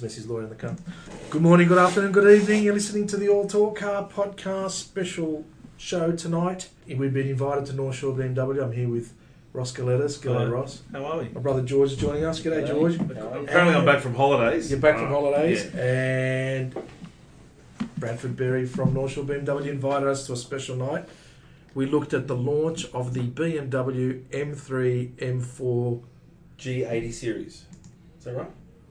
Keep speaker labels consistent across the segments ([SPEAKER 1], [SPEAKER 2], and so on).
[SPEAKER 1] Mrs. Lloyd in the car. Good morning, good afternoon, good evening. You're listening to the All Talk Car podcast special show tonight. We've been invited to North Shore BMW. I'm here with Ross Galettis. G'day,
[SPEAKER 2] Hello.
[SPEAKER 1] Ross.
[SPEAKER 2] How are we?
[SPEAKER 1] My brother George is joining us. G'day, George.
[SPEAKER 2] Apparently, I'm back from holidays.
[SPEAKER 1] You're back from
[SPEAKER 3] Ah,
[SPEAKER 2] Uh,
[SPEAKER 1] holidays,
[SPEAKER 2] yeah.
[SPEAKER 1] and Bradford Berry from North Shore BMW invited us to a special night. We looked at the launch of the BMW M3, M4.
[SPEAKER 4] G80 series. Is that right?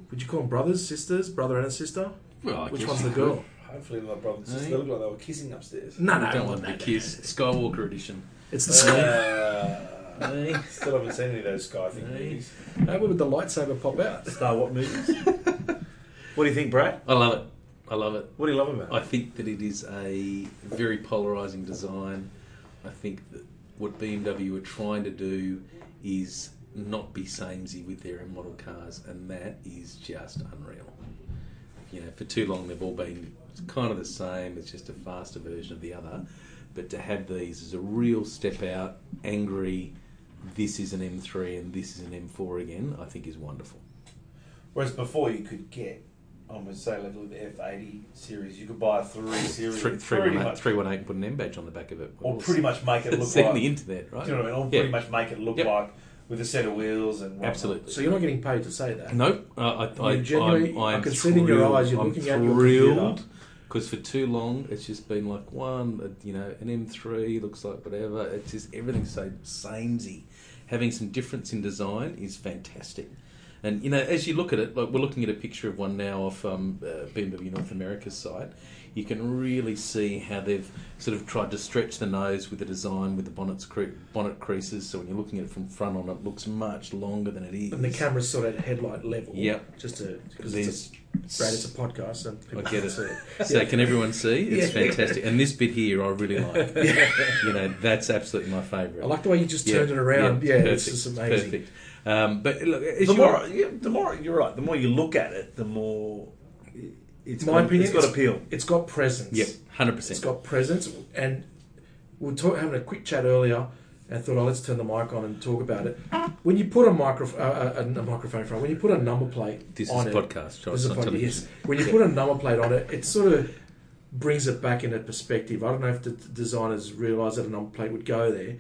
[SPEAKER 1] Would you call them brothers, sisters, brother and a sister?
[SPEAKER 3] Well, I
[SPEAKER 1] Which
[SPEAKER 3] guess
[SPEAKER 1] one's the
[SPEAKER 3] you
[SPEAKER 1] girl?
[SPEAKER 4] Hopefully, my brother and sister
[SPEAKER 3] Hey.
[SPEAKER 4] look like they were kissing upstairs.
[SPEAKER 1] No,
[SPEAKER 3] could.
[SPEAKER 1] no,
[SPEAKER 3] Don't
[SPEAKER 1] no,
[SPEAKER 3] want
[SPEAKER 1] no,
[SPEAKER 3] the
[SPEAKER 1] no.
[SPEAKER 3] kiss. Skywalker edition.
[SPEAKER 1] It's the sky.
[SPEAKER 4] Uh, still haven't seen any of those Sky thing
[SPEAKER 3] Hey.
[SPEAKER 4] movies.
[SPEAKER 1] How would the lightsaber pop out?
[SPEAKER 4] Star What movies? what do you think, Brad?
[SPEAKER 3] I love it. I love it.
[SPEAKER 4] What do you love about
[SPEAKER 3] I
[SPEAKER 4] it?
[SPEAKER 3] think that it is a very polarizing design. I think that what BMW are trying to do is not be samey with their model cars, and that is just unreal. You know, for too long they've all been kind of the same. It's just a faster version of the other. But to have these is a real step out. Angry. This is an M3 and this is an M4 again. I think is wonderful.
[SPEAKER 4] Whereas before, you could get, I'm going to say, like with the F80 series, you could buy a 3 series.
[SPEAKER 3] three, three,
[SPEAKER 4] pretty
[SPEAKER 3] one, eight,
[SPEAKER 4] much,
[SPEAKER 3] three one eight and put an M badge on the back of it.
[SPEAKER 4] Or pretty much make it look
[SPEAKER 3] It's on
[SPEAKER 4] like.
[SPEAKER 3] the internet, right?
[SPEAKER 4] do you know what I mean? Or
[SPEAKER 3] Yeah.
[SPEAKER 4] pretty much make it look
[SPEAKER 3] Yep.
[SPEAKER 4] like with a set of wheels and whatnot.
[SPEAKER 3] Absolutely.
[SPEAKER 1] So you're not getting paid to say that.
[SPEAKER 3] Nope. I, I, I,
[SPEAKER 1] You genuinely-
[SPEAKER 3] I'm, I'm
[SPEAKER 1] I can see it in your
[SPEAKER 3] thrilled.
[SPEAKER 1] eyes, you're
[SPEAKER 3] I'm
[SPEAKER 1] looking at your
[SPEAKER 3] thrilled because for too long it's just been like one, uh, you know, an M3 looks like whatever. It's just everything's so samey. Having some difference in design is fantastic. And you know, as you look at it, like we're looking at a picture of one now off um, uh, BMW North America's site, you can really see how they've sort of tried to stretch the nose with the design, with the bonnet's cre- bonnet creases. So when you're looking at it from front on, it looks much longer than it is.
[SPEAKER 1] And the camera's sort of at headlight level.
[SPEAKER 3] Yep.
[SPEAKER 1] Just to because it's
[SPEAKER 3] There's
[SPEAKER 1] a, Brad, it's a podcast, and people
[SPEAKER 3] I get
[SPEAKER 1] can
[SPEAKER 3] it.
[SPEAKER 1] see it.
[SPEAKER 3] So can everyone see? It's
[SPEAKER 1] Yeah.
[SPEAKER 3] fantastic. And this bit here, I really like. You know, that's absolutely my favourite.
[SPEAKER 1] I like the way you just turned it around. Yeah, it's
[SPEAKER 3] perfect,
[SPEAKER 1] just amazing.
[SPEAKER 3] Perfect. Um, but look, as
[SPEAKER 2] The
[SPEAKER 3] you
[SPEAKER 2] more,
[SPEAKER 3] are-
[SPEAKER 2] yeah, the more you're right. The more you look at it, the more it- it's
[SPEAKER 1] My
[SPEAKER 2] got,
[SPEAKER 1] opinion,
[SPEAKER 2] It's got appeal.
[SPEAKER 1] It's got presence.
[SPEAKER 3] yep, hundred
[SPEAKER 1] It's
[SPEAKER 3] percent.
[SPEAKER 1] got presence, and we were talk, having a quick chat earlier. And I thought, oh, let's turn the mic on and talk about it. When you put a microphone, uh, a, a microphone front, when you put a number plate
[SPEAKER 3] This is
[SPEAKER 1] on
[SPEAKER 3] a
[SPEAKER 1] it,
[SPEAKER 3] podcast. Charles,
[SPEAKER 1] There's a
[SPEAKER 3] not
[SPEAKER 1] point,
[SPEAKER 3] television.
[SPEAKER 1] yes. When you put a number plate on it, it sort of brings it back into perspective. I don't know if the the designers realised that a number plate would go there,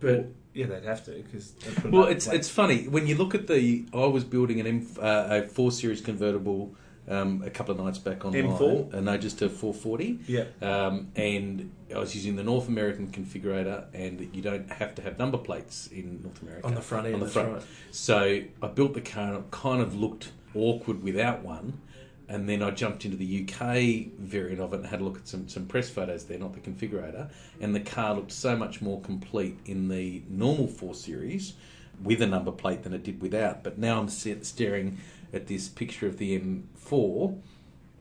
[SPEAKER 1] but
[SPEAKER 2] Yeah, they'd have to because
[SPEAKER 3] Well, it's it's funny when you look at the. I was building an M uh, a four series convertible um, a couple of nights back online,
[SPEAKER 2] M4?
[SPEAKER 3] and I just a four forty.
[SPEAKER 2] yeah.
[SPEAKER 3] um, and I was using the North American configurator, and you don't have to have number plates in North America
[SPEAKER 1] on the front end,
[SPEAKER 3] On the
[SPEAKER 1] that's
[SPEAKER 3] front.
[SPEAKER 1] right.
[SPEAKER 3] So I built the car, and it kind of looked awkward without one. And then I jumped into the UK variant of it and had a look at some, some press photos there, not the configurator. And the car looked so much more complete in the normal 4 Series with a number plate than it did without. But now I'm sit- staring at this picture of the M4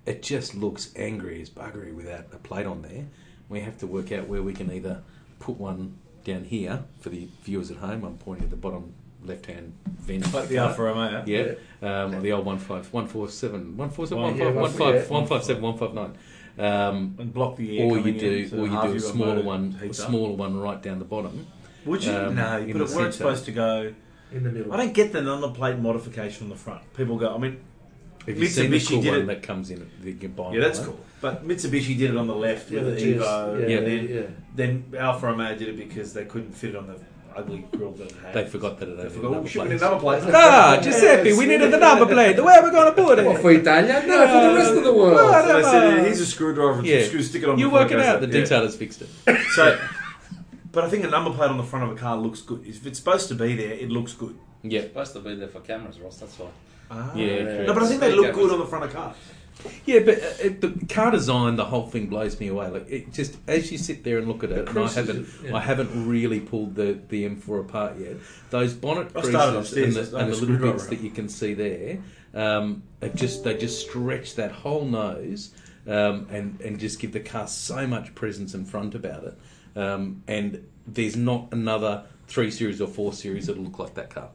[SPEAKER 3] it just looks angry as buggery without a plate on there. We have to work out where we can either put one down here for the viewers at home. I'm pointing at the bottom left hand vent.
[SPEAKER 2] like the Alfa Romeo.
[SPEAKER 3] Yeah, um, or the old 15, 147, 147,
[SPEAKER 2] One- yeah,
[SPEAKER 3] 157,
[SPEAKER 1] one- yeah.
[SPEAKER 3] 157, Um,
[SPEAKER 2] and block the air.
[SPEAKER 3] or you
[SPEAKER 2] coming in,
[SPEAKER 3] do,
[SPEAKER 2] so
[SPEAKER 3] or you
[SPEAKER 2] half
[SPEAKER 3] do a
[SPEAKER 2] your
[SPEAKER 3] smaller
[SPEAKER 2] motor
[SPEAKER 3] one, a
[SPEAKER 2] heats up.
[SPEAKER 3] smaller one right down the bottom.
[SPEAKER 2] Would you?
[SPEAKER 3] um,
[SPEAKER 2] no, you
[SPEAKER 3] in
[SPEAKER 2] put it
[SPEAKER 3] the
[SPEAKER 2] where it's
[SPEAKER 3] centre.
[SPEAKER 2] supposed to go.
[SPEAKER 1] in the middle.
[SPEAKER 2] I don't get the number plate modification on the front. People go. I mean,
[SPEAKER 3] Have you seen the
[SPEAKER 2] Mitsubishi
[SPEAKER 3] cool
[SPEAKER 2] did
[SPEAKER 3] one
[SPEAKER 2] it-
[SPEAKER 3] that comes in? The combined
[SPEAKER 2] yeah, that's
[SPEAKER 3] one?
[SPEAKER 2] cool. But Mitsubishi did it on the left
[SPEAKER 1] yeah,
[SPEAKER 2] with the
[SPEAKER 1] Jeez.
[SPEAKER 2] Evo.
[SPEAKER 1] yeah,
[SPEAKER 3] and
[SPEAKER 1] yeah,
[SPEAKER 2] then Then Alfa Romeo did it because they couldn't fit it on the ugly grill that it had.
[SPEAKER 3] They forgot that it
[SPEAKER 2] They
[SPEAKER 3] had
[SPEAKER 2] forgot. Oh,
[SPEAKER 3] another
[SPEAKER 2] shit, we
[SPEAKER 3] plate.
[SPEAKER 2] need another plate.
[SPEAKER 3] Ah, Giuseppe, we needed the number plate. Where are we going to put it?
[SPEAKER 1] What, for Italia? No, for the rest of the world.
[SPEAKER 3] Well,
[SPEAKER 2] So they said, "Here's a screwdriver. and
[SPEAKER 3] Yeah.
[SPEAKER 2] Screw, stick it on."
[SPEAKER 3] You
[SPEAKER 2] before
[SPEAKER 3] work it
[SPEAKER 2] goes
[SPEAKER 3] out.
[SPEAKER 2] up."
[SPEAKER 3] The
[SPEAKER 2] Yeah.
[SPEAKER 3] detailer's fixed it.
[SPEAKER 2] So, but I think a number plate on the front of a car looks good. If it's supposed to be there, it looks good.
[SPEAKER 3] Yeah.
[SPEAKER 5] Supposed to be there for cameras, Ross. That's why.
[SPEAKER 2] Ah.
[SPEAKER 3] Yeah,
[SPEAKER 1] No,
[SPEAKER 3] correct.
[SPEAKER 2] No, but I think they look good on the front of cars.
[SPEAKER 3] yeah, but uh, it, the car design, the whole thing blows me away. Like it just as you sit there and look at it, and I
[SPEAKER 1] creases,
[SPEAKER 3] haven't,
[SPEAKER 1] yeah.
[SPEAKER 3] I haven't really pulled the, the M4 apart yet. Those bonnet
[SPEAKER 2] I started
[SPEAKER 3] creases
[SPEAKER 2] upstairs,
[SPEAKER 3] and
[SPEAKER 2] I
[SPEAKER 3] the,
[SPEAKER 2] started
[SPEAKER 3] and the little
[SPEAKER 2] screwdriver
[SPEAKER 3] bits
[SPEAKER 2] out.
[SPEAKER 3] that you can see there, um, they just they just stretch that whole nose, um, and and just give the car so much presence and front about it. Um, and there's not another three series or four series that'll look like that car.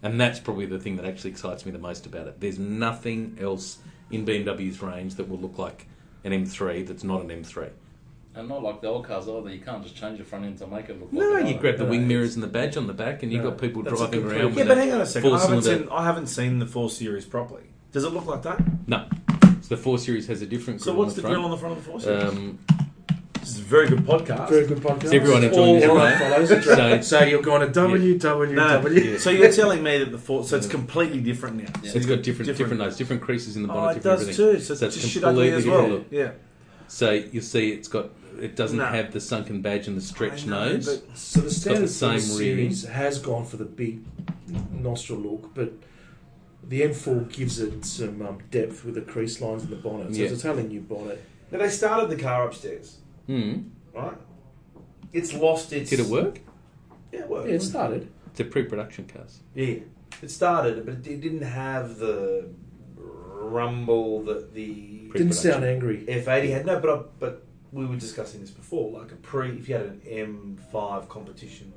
[SPEAKER 3] And that's probably the thing that actually excites me the most about it. There's nothing else in BMW's range that will look like an M3 that's not an M3.
[SPEAKER 5] And not like the old cars either. You can't just change the front end to make it look
[SPEAKER 3] No,
[SPEAKER 5] like
[SPEAKER 3] you grab the
[SPEAKER 1] no,
[SPEAKER 3] wing
[SPEAKER 1] it's-
[SPEAKER 3] mirrors and the badge on the back, and you've
[SPEAKER 1] No,
[SPEAKER 3] got people
[SPEAKER 1] that's a
[SPEAKER 3] driving
[SPEAKER 1] good
[SPEAKER 3] around
[SPEAKER 1] point.
[SPEAKER 3] with
[SPEAKER 2] Yeah, but
[SPEAKER 3] a
[SPEAKER 2] hang on a second. I haven't,
[SPEAKER 3] four-cylinder-
[SPEAKER 2] seen, I haven't seen the four series properly. Does it look like that?
[SPEAKER 3] No, so the four series has a different.
[SPEAKER 2] So
[SPEAKER 3] grill on
[SPEAKER 2] what's the
[SPEAKER 3] front.
[SPEAKER 2] grill on the front of the four series?
[SPEAKER 3] Um,
[SPEAKER 2] this is a very good podcast.
[SPEAKER 1] Very good podcast.
[SPEAKER 3] is everyone enjoying this?
[SPEAKER 1] Everyone
[SPEAKER 3] right?
[SPEAKER 1] follows it.
[SPEAKER 3] So-
[SPEAKER 1] So you're going to
[SPEAKER 2] No,
[SPEAKER 1] www.
[SPEAKER 3] Yeah.
[SPEAKER 2] so you're telling me that the four, so it's completely different now.
[SPEAKER 5] Yeah.
[SPEAKER 2] So
[SPEAKER 3] It's
[SPEAKER 2] you've
[SPEAKER 3] got different, different notes, different creases in the
[SPEAKER 2] Oh,
[SPEAKER 3] bonnet,
[SPEAKER 2] it
[SPEAKER 3] different
[SPEAKER 2] does
[SPEAKER 3] everything.
[SPEAKER 2] too. So it's
[SPEAKER 3] So it's
[SPEAKER 2] just shit ugly as
[SPEAKER 3] completely
[SPEAKER 2] well. Yeah.
[SPEAKER 3] So you see, it's got it doesn't
[SPEAKER 2] No.
[SPEAKER 3] have the sunken badge and the stretched
[SPEAKER 2] I know,
[SPEAKER 3] nose.
[SPEAKER 2] but-
[SPEAKER 1] So the
[SPEAKER 3] got
[SPEAKER 1] standard
[SPEAKER 3] the
[SPEAKER 1] for the
[SPEAKER 3] same
[SPEAKER 1] series has gone for the big nostril look, but the M4 gives it some um, depth with the crease lines in the bonnet. So
[SPEAKER 3] Yeah.
[SPEAKER 1] it's a totally new bonnet.
[SPEAKER 4] Now they started the car upstairs,
[SPEAKER 3] Hmm.
[SPEAKER 4] right? It's lost its.
[SPEAKER 3] Did it work?
[SPEAKER 4] Yeah, it worked.
[SPEAKER 1] Yeah, it started.
[SPEAKER 3] It's a pre-production cars.
[SPEAKER 4] Yeah, it started, but it didn't have the rumble that the
[SPEAKER 3] Pre-
[SPEAKER 1] Didn't sound angry.
[SPEAKER 4] F eighty had. No, but I, but we were discussing this before. Like a pre, if you had an M five competition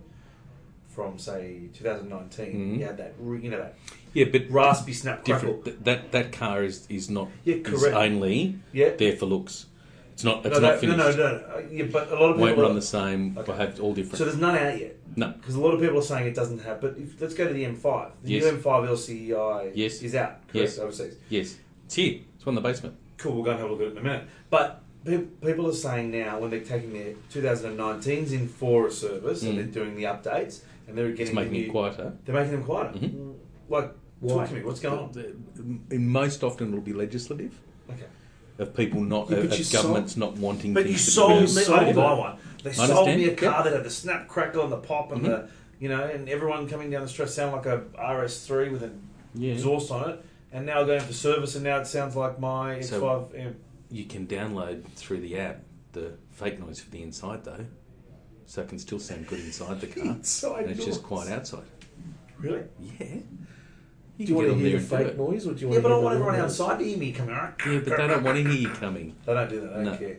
[SPEAKER 4] from say 2019,
[SPEAKER 3] Mhm.
[SPEAKER 4] you had that re- you know that
[SPEAKER 3] Yeah, but
[SPEAKER 4] raspy snap crackle.
[SPEAKER 3] different. th- That that car is is not
[SPEAKER 4] Yeah,
[SPEAKER 3] is
[SPEAKER 4] correct.
[SPEAKER 3] only
[SPEAKER 4] Yeah.
[SPEAKER 3] there for looks. It's not. It's
[SPEAKER 4] no,
[SPEAKER 3] not
[SPEAKER 4] no, no,
[SPEAKER 3] finished.
[SPEAKER 4] no, no, Uh, Yeah, but a lot of
[SPEAKER 3] Won't
[SPEAKER 4] people
[SPEAKER 3] run the same.
[SPEAKER 4] Okay.
[SPEAKER 3] Behave all different.
[SPEAKER 4] So there's none out yet
[SPEAKER 3] no.
[SPEAKER 4] because a lot of people are saying it doesn't have. But if, let's go to the M5. The
[SPEAKER 3] Yes.
[SPEAKER 4] new M5 LCI
[SPEAKER 3] Yes.
[SPEAKER 4] E is out. Correct,
[SPEAKER 3] Yes.
[SPEAKER 4] overseas.
[SPEAKER 3] Yes, it's here. It's one in the basement.
[SPEAKER 4] Cool, we'll go and have a look at it in a minute. But pe- people are saying now when they're taking their 2019s in for a service
[SPEAKER 3] Mm.
[SPEAKER 4] and they're doing the updates and they're getting
[SPEAKER 3] It's
[SPEAKER 4] the
[SPEAKER 3] making
[SPEAKER 4] new,
[SPEAKER 3] it Mm-hmm. quieter.
[SPEAKER 4] They're making them quieter. Like,
[SPEAKER 1] Why?
[SPEAKER 4] talk to me. What's going on?
[SPEAKER 3] The- the- Most often it'll be legislative
[SPEAKER 4] Okay.
[SPEAKER 3] of people not
[SPEAKER 1] Yeah,
[SPEAKER 3] of,
[SPEAKER 1] but you
[SPEAKER 3] of governments not wanting.
[SPEAKER 2] But
[SPEAKER 3] things
[SPEAKER 2] you
[SPEAKER 3] to be
[SPEAKER 2] sold
[SPEAKER 3] built.
[SPEAKER 2] me-
[SPEAKER 4] They sold
[SPEAKER 2] I
[SPEAKER 4] me
[SPEAKER 2] didn't-
[SPEAKER 4] one. They
[SPEAKER 3] I
[SPEAKER 4] sold me a
[SPEAKER 3] understand, Mm-hmm.
[SPEAKER 4] car
[SPEAKER 3] yeah.
[SPEAKER 4] that had the snap crackle and the pop and the you know, and everyone coming down the street sounded like a RS3 with an
[SPEAKER 3] Yeah.
[SPEAKER 4] exhaust on it. And now going for service, and now it sounds like my X5
[SPEAKER 3] So-
[SPEAKER 4] M.
[SPEAKER 3] You can download through the app the fake noise for the inside though, so it can still sound good inside the car.
[SPEAKER 1] Inside
[SPEAKER 3] and it's just
[SPEAKER 1] noise.
[SPEAKER 3] quiet outside.
[SPEAKER 4] Really?
[SPEAKER 3] Yeah.
[SPEAKER 1] Do
[SPEAKER 3] You
[SPEAKER 1] you want
[SPEAKER 3] can get
[SPEAKER 1] to
[SPEAKER 3] on
[SPEAKER 1] hear
[SPEAKER 3] there
[SPEAKER 1] the
[SPEAKER 3] and do
[SPEAKER 1] fake
[SPEAKER 3] it.
[SPEAKER 1] noise, or do you want
[SPEAKER 4] Yeah,
[SPEAKER 1] to
[SPEAKER 4] but I
[SPEAKER 1] hear
[SPEAKER 4] want
[SPEAKER 1] the
[SPEAKER 4] everyone
[SPEAKER 1] real noise?
[SPEAKER 4] outside to hear me coming.
[SPEAKER 3] Yeah, but they don't want to hear you coming.
[SPEAKER 4] They don't do that. They don't
[SPEAKER 3] No.
[SPEAKER 4] care.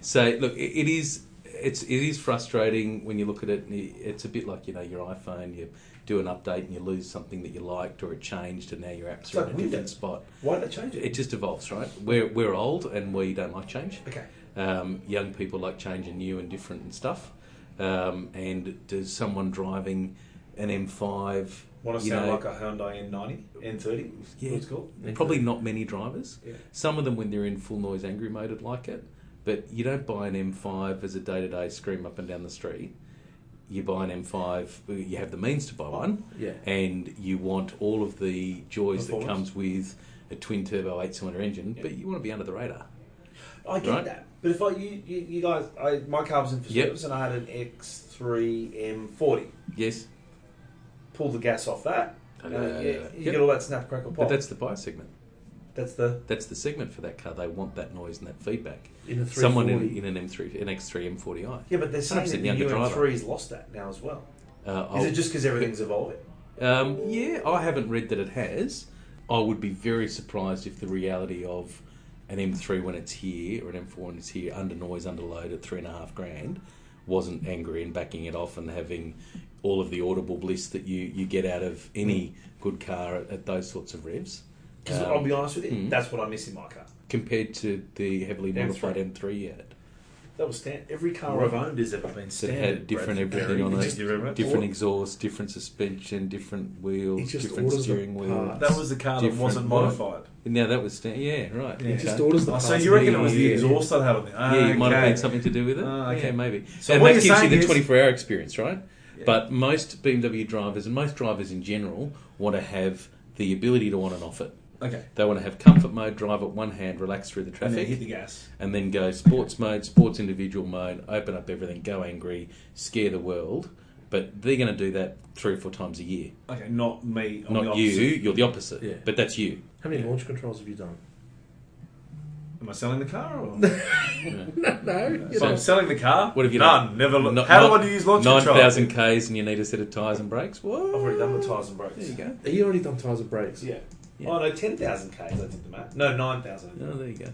[SPEAKER 3] So look, it, it is it's it is frustrating when you look at it. And you- it's a bit like you know your iPhone. You do an update and you lose something that you liked or it changed, and now your apps are
[SPEAKER 4] like
[SPEAKER 3] in a different
[SPEAKER 4] Windows.
[SPEAKER 3] spot.
[SPEAKER 4] Why did they change
[SPEAKER 3] It just evolves, right? We're we're old and we don't like change.
[SPEAKER 4] Okay.
[SPEAKER 3] Um, young people like change and new and different and stuff. Um, and does someone driving an M5
[SPEAKER 4] Want to
[SPEAKER 3] you
[SPEAKER 4] sound
[SPEAKER 3] know,
[SPEAKER 4] like a Hyundai N90, N30?
[SPEAKER 3] Yeah.
[SPEAKER 4] What's it called?
[SPEAKER 3] Probably not many drivers.
[SPEAKER 4] Yeah.
[SPEAKER 3] Some of them, when they're in full noise angry mode, would like it. But you don't buy an M5 as a day to day scream up and down the street. You buy an M5, you have the means
[SPEAKER 4] Oh,
[SPEAKER 3] to buy one,
[SPEAKER 1] Yeah.
[SPEAKER 3] and you want all of the joys that
[SPEAKER 4] Performance.
[SPEAKER 3] comes with a twin turbo eight cylinder engine, but you want to be under the radar.
[SPEAKER 4] I get
[SPEAKER 3] Right.
[SPEAKER 4] that. But if I you, you, you guys, I, my car was in for
[SPEAKER 3] Yep.
[SPEAKER 4] service and I had an X3 M40.
[SPEAKER 3] Yes,
[SPEAKER 4] Pull the gas off that.
[SPEAKER 3] Uh,
[SPEAKER 4] and, yeah, you
[SPEAKER 3] yep.
[SPEAKER 4] get all that snap crackle pop.
[SPEAKER 3] but that's the buy segment.
[SPEAKER 4] that's the
[SPEAKER 3] That's the segment for that car. They want that noise and that feedback.
[SPEAKER 1] In a
[SPEAKER 3] Someone in,
[SPEAKER 1] 340.
[SPEAKER 3] in an M3, an X3 M40i.
[SPEAKER 4] yeah. But they're saying
[SPEAKER 3] 100%
[SPEAKER 4] that the
[SPEAKER 3] younger
[SPEAKER 4] new
[SPEAKER 3] driver.
[SPEAKER 4] M3's lost that now as well.
[SPEAKER 3] Uh,
[SPEAKER 4] Is
[SPEAKER 3] I'll-
[SPEAKER 4] it just because everything's evolving?
[SPEAKER 3] Um, yeah, I haven't read that it has. I would be very surprised if the reality of an M3 when it's here or an M4 when it's here under noise, under load at three and a half grand wasn't angry and backing it off and having all of the audible bliss that you, you get out of any good car at, at those sorts of revs.
[SPEAKER 4] Because
[SPEAKER 3] Um,
[SPEAKER 4] I'll be honest with you,
[SPEAKER 3] mhm.
[SPEAKER 4] that's what I miss in my car.
[SPEAKER 3] compared to the heavily
[SPEAKER 4] M3.
[SPEAKER 3] modified M3 yet.
[SPEAKER 4] That was stand. Every car
[SPEAKER 2] What I've
[SPEAKER 4] I've owned.
[SPEAKER 2] owned has ever been
[SPEAKER 3] That
[SPEAKER 2] standard.
[SPEAKER 3] had different
[SPEAKER 2] Bradford
[SPEAKER 3] everything on
[SPEAKER 2] Berry.
[SPEAKER 3] it,
[SPEAKER 2] Do you remember?
[SPEAKER 3] different exhaust, different suspension, different
[SPEAKER 1] It
[SPEAKER 3] wheels,
[SPEAKER 1] just
[SPEAKER 3] different
[SPEAKER 1] orders the
[SPEAKER 3] steering wheel.
[SPEAKER 1] parts.
[SPEAKER 2] That was the car that
[SPEAKER 3] Different
[SPEAKER 2] wasn't
[SPEAKER 3] one.
[SPEAKER 2] modified.
[SPEAKER 3] Now that was sta- yeah right.
[SPEAKER 2] Yeah.
[SPEAKER 1] It
[SPEAKER 3] okay.
[SPEAKER 1] just orders the
[SPEAKER 2] Oh,
[SPEAKER 1] parts.
[SPEAKER 2] so you reckon it was the
[SPEAKER 3] Yeah.
[SPEAKER 2] exhaust that had on there?
[SPEAKER 3] Yeah, you might have had
[SPEAKER 2] Okay.
[SPEAKER 3] something to do with it.
[SPEAKER 2] Ah, okay.
[SPEAKER 3] Yeah, maybe.
[SPEAKER 2] So
[SPEAKER 3] and
[SPEAKER 2] what you're
[SPEAKER 3] that gives you
[SPEAKER 2] saying
[SPEAKER 3] the
[SPEAKER 2] is-
[SPEAKER 3] 24 hour experience, right?
[SPEAKER 2] Yeah.
[SPEAKER 3] But most BMW drivers and most drivers in general want to have the ability to on and off it.
[SPEAKER 2] Okay.
[SPEAKER 3] They want to have comfort mode, drive at one hand, relax through the
[SPEAKER 2] And then
[SPEAKER 3] traffic,
[SPEAKER 2] hit the gas.
[SPEAKER 3] and then go sports mode, sports individual mode, open up everything, go angry, scare the world. But they're going to do that three or four times a year.
[SPEAKER 2] Okay, not me. On the
[SPEAKER 3] Not you.
[SPEAKER 2] opposite.
[SPEAKER 3] You're the opposite.
[SPEAKER 2] Yeah.
[SPEAKER 3] But that's you.
[SPEAKER 1] How many launch controls have you done?
[SPEAKER 2] Am I selling the car? Or?
[SPEAKER 1] No, you
[SPEAKER 2] so I'm
[SPEAKER 1] know.
[SPEAKER 2] selling the car.
[SPEAKER 3] What have you
[SPEAKER 2] None.
[SPEAKER 3] done?
[SPEAKER 2] Never.
[SPEAKER 3] No-
[SPEAKER 2] Look. How
[SPEAKER 3] no-
[SPEAKER 2] do I use launch control?
[SPEAKER 3] 9,000 Ks and you need a set of tyres and brakes? What?
[SPEAKER 4] I've already done the tyres and brakes.
[SPEAKER 3] There you go.
[SPEAKER 1] Are you already done tyres and brakes?
[SPEAKER 4] Yeah.
[SPEAKER 3] Yeah.
[SPEAKER 4] Oh no, ten thousand k's. I did the math. No, nine thousand.
[SPEAKER 3] Oh, there you go.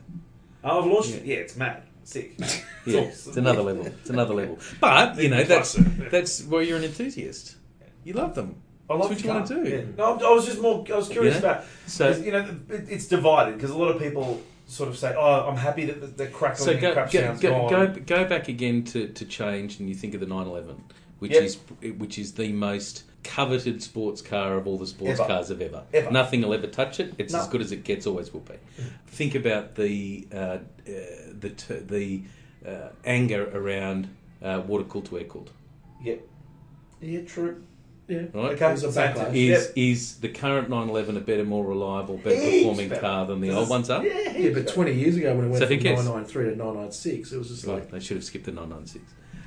[SPEAKER 4] Oh, I've launched it. Yeah, it's mad. Sick.
[SPEAKER 3] Yeah,
[SPEAKER 4] It's
[SPEAKER 3] it's,
[SPEAKER 4] awesome.
[SPEAKER 3] another level. It's another level. But you know, that's
[SPEAKER 4] Classic. Yeah.
[SPEAKER 3] that's where you're an enthusiast. You love them.
[SPEAKER 4] I love
[SPEAKER 3] That's
[SPEAKER 4] the
[SPEAKER 3] what you
[SPEAKER 4] car.
[SPEAKER 3] wanna do.
[SPEAKER 4] Yeah. No, I'm- I was just more. I was curious
[SPEAKER 3] Yeah.
[SPEAKER 4] about.
[SPEAKER 3] So-
[SPEAKER 4] 'cause, you know, it, it's divided because a lot of people sort of say, "Oh, I'm happy that the, the crackling
[SPEAKER 3] So
[SPEAKER 4] and
[SPEAKER 3] go
[SPEAKER 4] crap
[SPEAKER 3] go,
[SPEAKER 4] sounds
[SPEAKER 3] go,
[SPEAKER 4] gone."
[SPEAKER 3] go go back again to, to change, and you think of the 911, which
[SPEAKER 4] Yep.
[SPEAKER 3] is which is the most coveted sports car of all the sports
[SPEAKER 4] Ever.
[SPEAKER 3] cars of ever.
[SPEAKER 4] Ever.
[SPEAKER 3] Nothing will ever touch it. It's
[SPEAKER 4] No. Mm-hmm.
[SPEAKER 3] as good as it gets. Always will be. Think about the uh, uh, the t- the uh, anger around uh, water cooled to air cooled.
[SPEAKER 4] Yeah. Yeah, true.
[SPEAKER 1] Yeah.
[SPEAKER 3] Right?
[SPEAKER 4] Okay,
[SPEAKER 1] There's a
[SPEAKER 4] same
[SPEAKER 1] backlash.
[SPEAKER 4] time.
[SPEAKER 3] Is
[SPEAKER 4] Yep.
[SPEAKER 3] is the current 911 a better, more reliable, better
[SPEAKER 4] Heaps
[SPEAKER 3] performing
[SPEAKER 4] better.
[SPEAKER 3] car than the
[SPEAKER 4] This
[SPEAKER 3] old
[SPEAKER 4] is-
[SPEAKER 3] ones are?
[SPEAKER 4] Yeah,
[SPEAKER 1] Yeah, but 20 years ago when it went
[SPEAKER 3] So who
[SPEAKER 1] from
[SPEAKER 3] cares?
[SPEAKER 1] 993 to 996, it was just
[SPEAKER 3] Right,
[SPEAKER 1] like,
[SPEAKER 3] they should have skipped the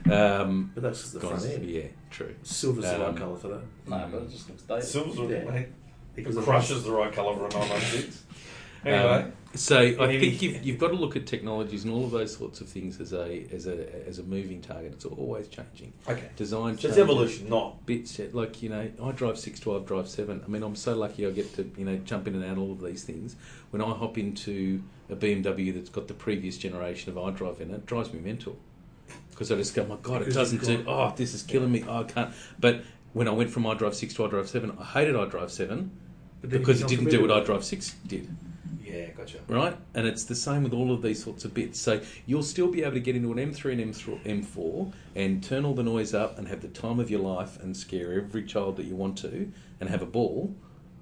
[SPEAKER 3] 996. Um,
[SPEAKER 1] but that's just the
[SPEAKER 3] guys,
[SPEAKER 1] front end.
[SPEAKER 3] yeah, true.
[SPEAKER 1] Silver's the
[SPEAKER 3] Um,
[SPEAKER 1] right colour for that.
[SPEAKER 5] No, but it just looks dated.
[SPEAKER 2] Silver's
[SPEAKER 1] Yeah.
[SPEAKER 2] mate. It
[SPEAKER 1] Because of-
[SPEAKER 2] crushes the right colour for a 996.
[SPEAKER 3] Um,
[SPEAKER 2] Anyway,
[SPEAKER 3] so I
[SPEAKER 2] Any-
[SPEAKER 3] think you've, you've got to look at technologies and all of those sorts of things as a as a as a moving target. It's always changing.
[SPEAKER 4] Okay.
[SPEAKER 2] so
[SPEAKER 3] Design
[SPEAKER 2] it's
[SPEAKER 3] changes,
[SPEAKER 2] evolution, not
[SPEAKER 3] Bits that- like you know, I drive six to I drive seven. I mean, I'm so lucky I get to you know jump in and out of all of these things. When I hop into a BMW that's got the previous generation of iDrive in it, it drives me mental because I just go, "Oh my God, it
[SPEAKER 1] Because
[SPEAKER 3] doesn't
[SPEAKER 1] you've
[SPEAKER 3] do.
[SPEAKER 1] got-
[SPEAKER 3] Oh, this is killing me. Oh, I can't. But when I went from iDrive six to iDrive seven, I hated iDrive seven
[SPEAKER 1] But then
[SPEAKER 3] because
[SPEAKER 1] you
[SPEAKER 3] it
[SPEAKER 1] become
[SPEAKER 3] didn't do what
[SPEAKER 1] familiar.
[SPEAKER 3] iDrive six did
[SPEAKER 4] Yeah, gotcha.
[SPEAKER 3] right? And it's the same with all of these sorts of bits. So you'll still be able to get into an M3 and M3, M4 and turn all the noise up and have the time of your life and scare every child that you want to and have a ball,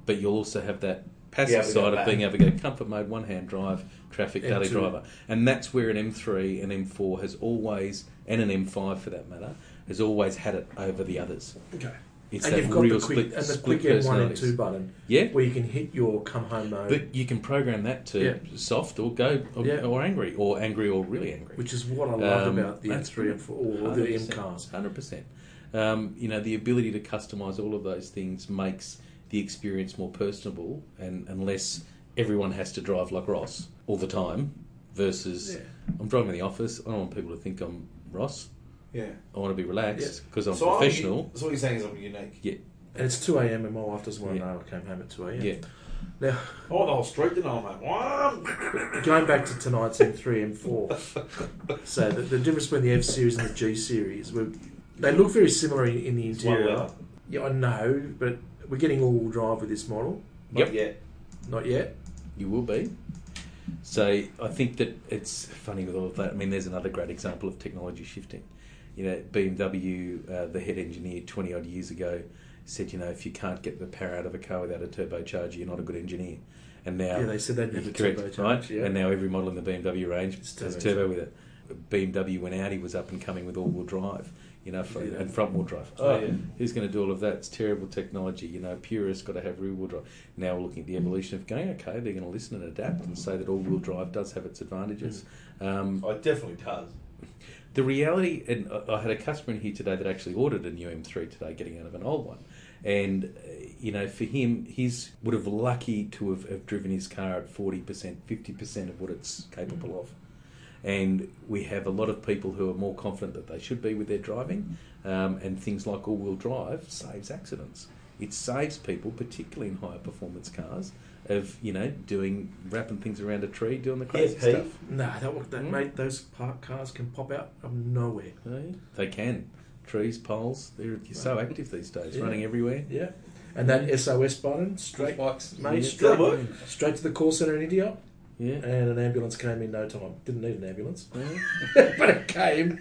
[SPEAKER 3] but you'll also have that passive
[SPEAKER 4] Yeah, we go
[SPEAKER 3] side of
[SPEAKER 4] back.
[SPEAKER 3] being able to go comfort mode, one hand drive, traffic, daily
[SPEAKER 1] M2.
[SPEAKER 3] driver. And that's where an M3 and M4 has always, and an M5 for that matter, has always had it over the others.
[SPEAKER 1] Okay.
[SPEAKER 3] It's
[SPEAKER 1] and
[SPEAKER 3] that
[SPEAKER 1] you've got
[SPEAKER 3] real
[SPEAKER 1] the quick,
[SPEAKER 3] split,
[SPEAKER 1] and the
[SPEAKER 3] split
[SPEAKER 1] quick M1 and
[SPEAKER 3] personalities.
[SPEAKER 1] 2 button
[SPEAKER 3] Yeah.
[SPEAKER 1] where you can hit your come home mode,
[SPEAKER 3] But you can program that to
[SPEAKER 1] Yeah.
[SPEAKER 3] soft or go or,
[SPEAKER 1] Yeah.
[SPEAKER 3] or angry or angry or really angry.
[SPEAKER 1] which is what I love
[SPEAKER 3] Um,
[SPEAKER 1] about the
[SPEAKER 3] that's
[SPEAKER 1] M3 and 4 or the M cars.
[SPEAKER 3] Hundred percent. Um, you know the ability to customize all of those things makes the experience more personable, and unless everyone has to drive like Ross all the time, versus
[SPEAKER 1] Yeah.
[SPEAKER 3] I'm driving the office. I don't want people to think I'm Ross.
[SPEAKER 4] Yeah.
[SPEAKER 3] I want to be relaxed because I'm
[SPEAKER 4] I'm
[SPEAKER 3] professional.
[SPEAKER 4] u- so what you're saying is I'm unique.
[SPEAKER 3] yeah,
[SPEAKER 1] And it's 2 a.m. and my wife doesn't want to
[SPEAKER 3] Yeah.
[SPEAKER 1] know I came home at 2 a.m.
[SPEAKER 3] yeah.
[SPEAKER 1] Now,
[SPEAKER 4] Oh, the whole street did know, mate. Wow.
[SPEAKER 1] going back to tonight's M3 M4, so the, the difference between the F series and the G series, we they look very similar in, in the
[SPEAKER 4] It's one
[SPEAKER 1] interior.
[SPEAKER 4] leather.
[SPEAKER 1] Yeah, I know, but we're getting all-wheel drive with this model.
[SPEAKER 4] Not
[SPEAKER 3] Yep.
[SPEAKER 4] yet.
[SPEAKER 1] Not yet.
[SPEAKER 3] You will be. So I think that it's funny with all of that. I mean, there's another great example of technology shifting. You know, BMW, uh, the head engineer 20 odd years ago said, you know, if you can't get the power out of a car without a turbocharger, you're not a good engineer. And now,
[SPEAKER 1] Yeah, they said they'd never
[SPEAKER 3] correct,
[SPEAKER 1] turbocharge.
[SPEAKER 3] right?
[SPEAKER 1] Yeah.
[SPEAKER 3] And now every model in the BMW range
[SPEAKER 1] It's
[SPEAKER 3] has
[SPEAKER 1] turbocharged.
[SPEAKER 3] turbo with it. BMW when Audi was up and coming with all-wheel drive, you know, fr-
[SPEAKER 1] Yeah.
[SPEAKER 3] and front-wheel drive.
[SPEAKER 4] Oh, yeah.
[SPEAKER 3] Who's going to do all of that? It's terrible technology. You know, purists got to have rear-wheel drive. Now we're looking at the evolution of going, okay, they're going to listen and adapt and say that all-wheel drive does have its advantages. Um,
[SPEAKER 4] Oh, it definitely does.
[SPEAKER 3] the reality, and I- I had a customer in here today that actually ordered a new M3 today, getting out of an old one, and uh, you know, for him, he's would have lucky to have, have driven his car at forty percent, fifty percent of what it's capable of, and we have a lot of people who are more confident that they should be with their driving, um, and things like all-wheel drive saves accidents. It saves people, particularly in higher performance cars, of you know doing wrapping things around a tree, doing the crazy
[SPEAKER 4] Pete.
[SPEAKER 3] stuff.
[SPEAKER 1] No, that, wa- that
[SPEAKER 3] Mm.
[SPEAKER 1] mate, those parked cars can pop out of nowhere.
[SPEAKER 3] Hey, They can. Trees, poles, they're you're so active these days,
[SPEAKER 1] Yeah.
[SPEAKER 3] running everywhere.
[SPEAKER 1] Yeah. And that SOS button, straight,
[SPEAKER 5] Bikes.
[SPEAKER 1] mate,
[SPEAKER 3] Yeah.
[SPEAKER 1] straight,
[SPEAKER 4] Does that
[SPEAKER 1] straight to the call centre in India,
[SPEAKER 3] Yeah.
[SPEAKER 1] and an ambulance came in no time. Didn't need an ambulance,
[SPEAKER 3] Yeah.
[SPEAKER 1] but it came.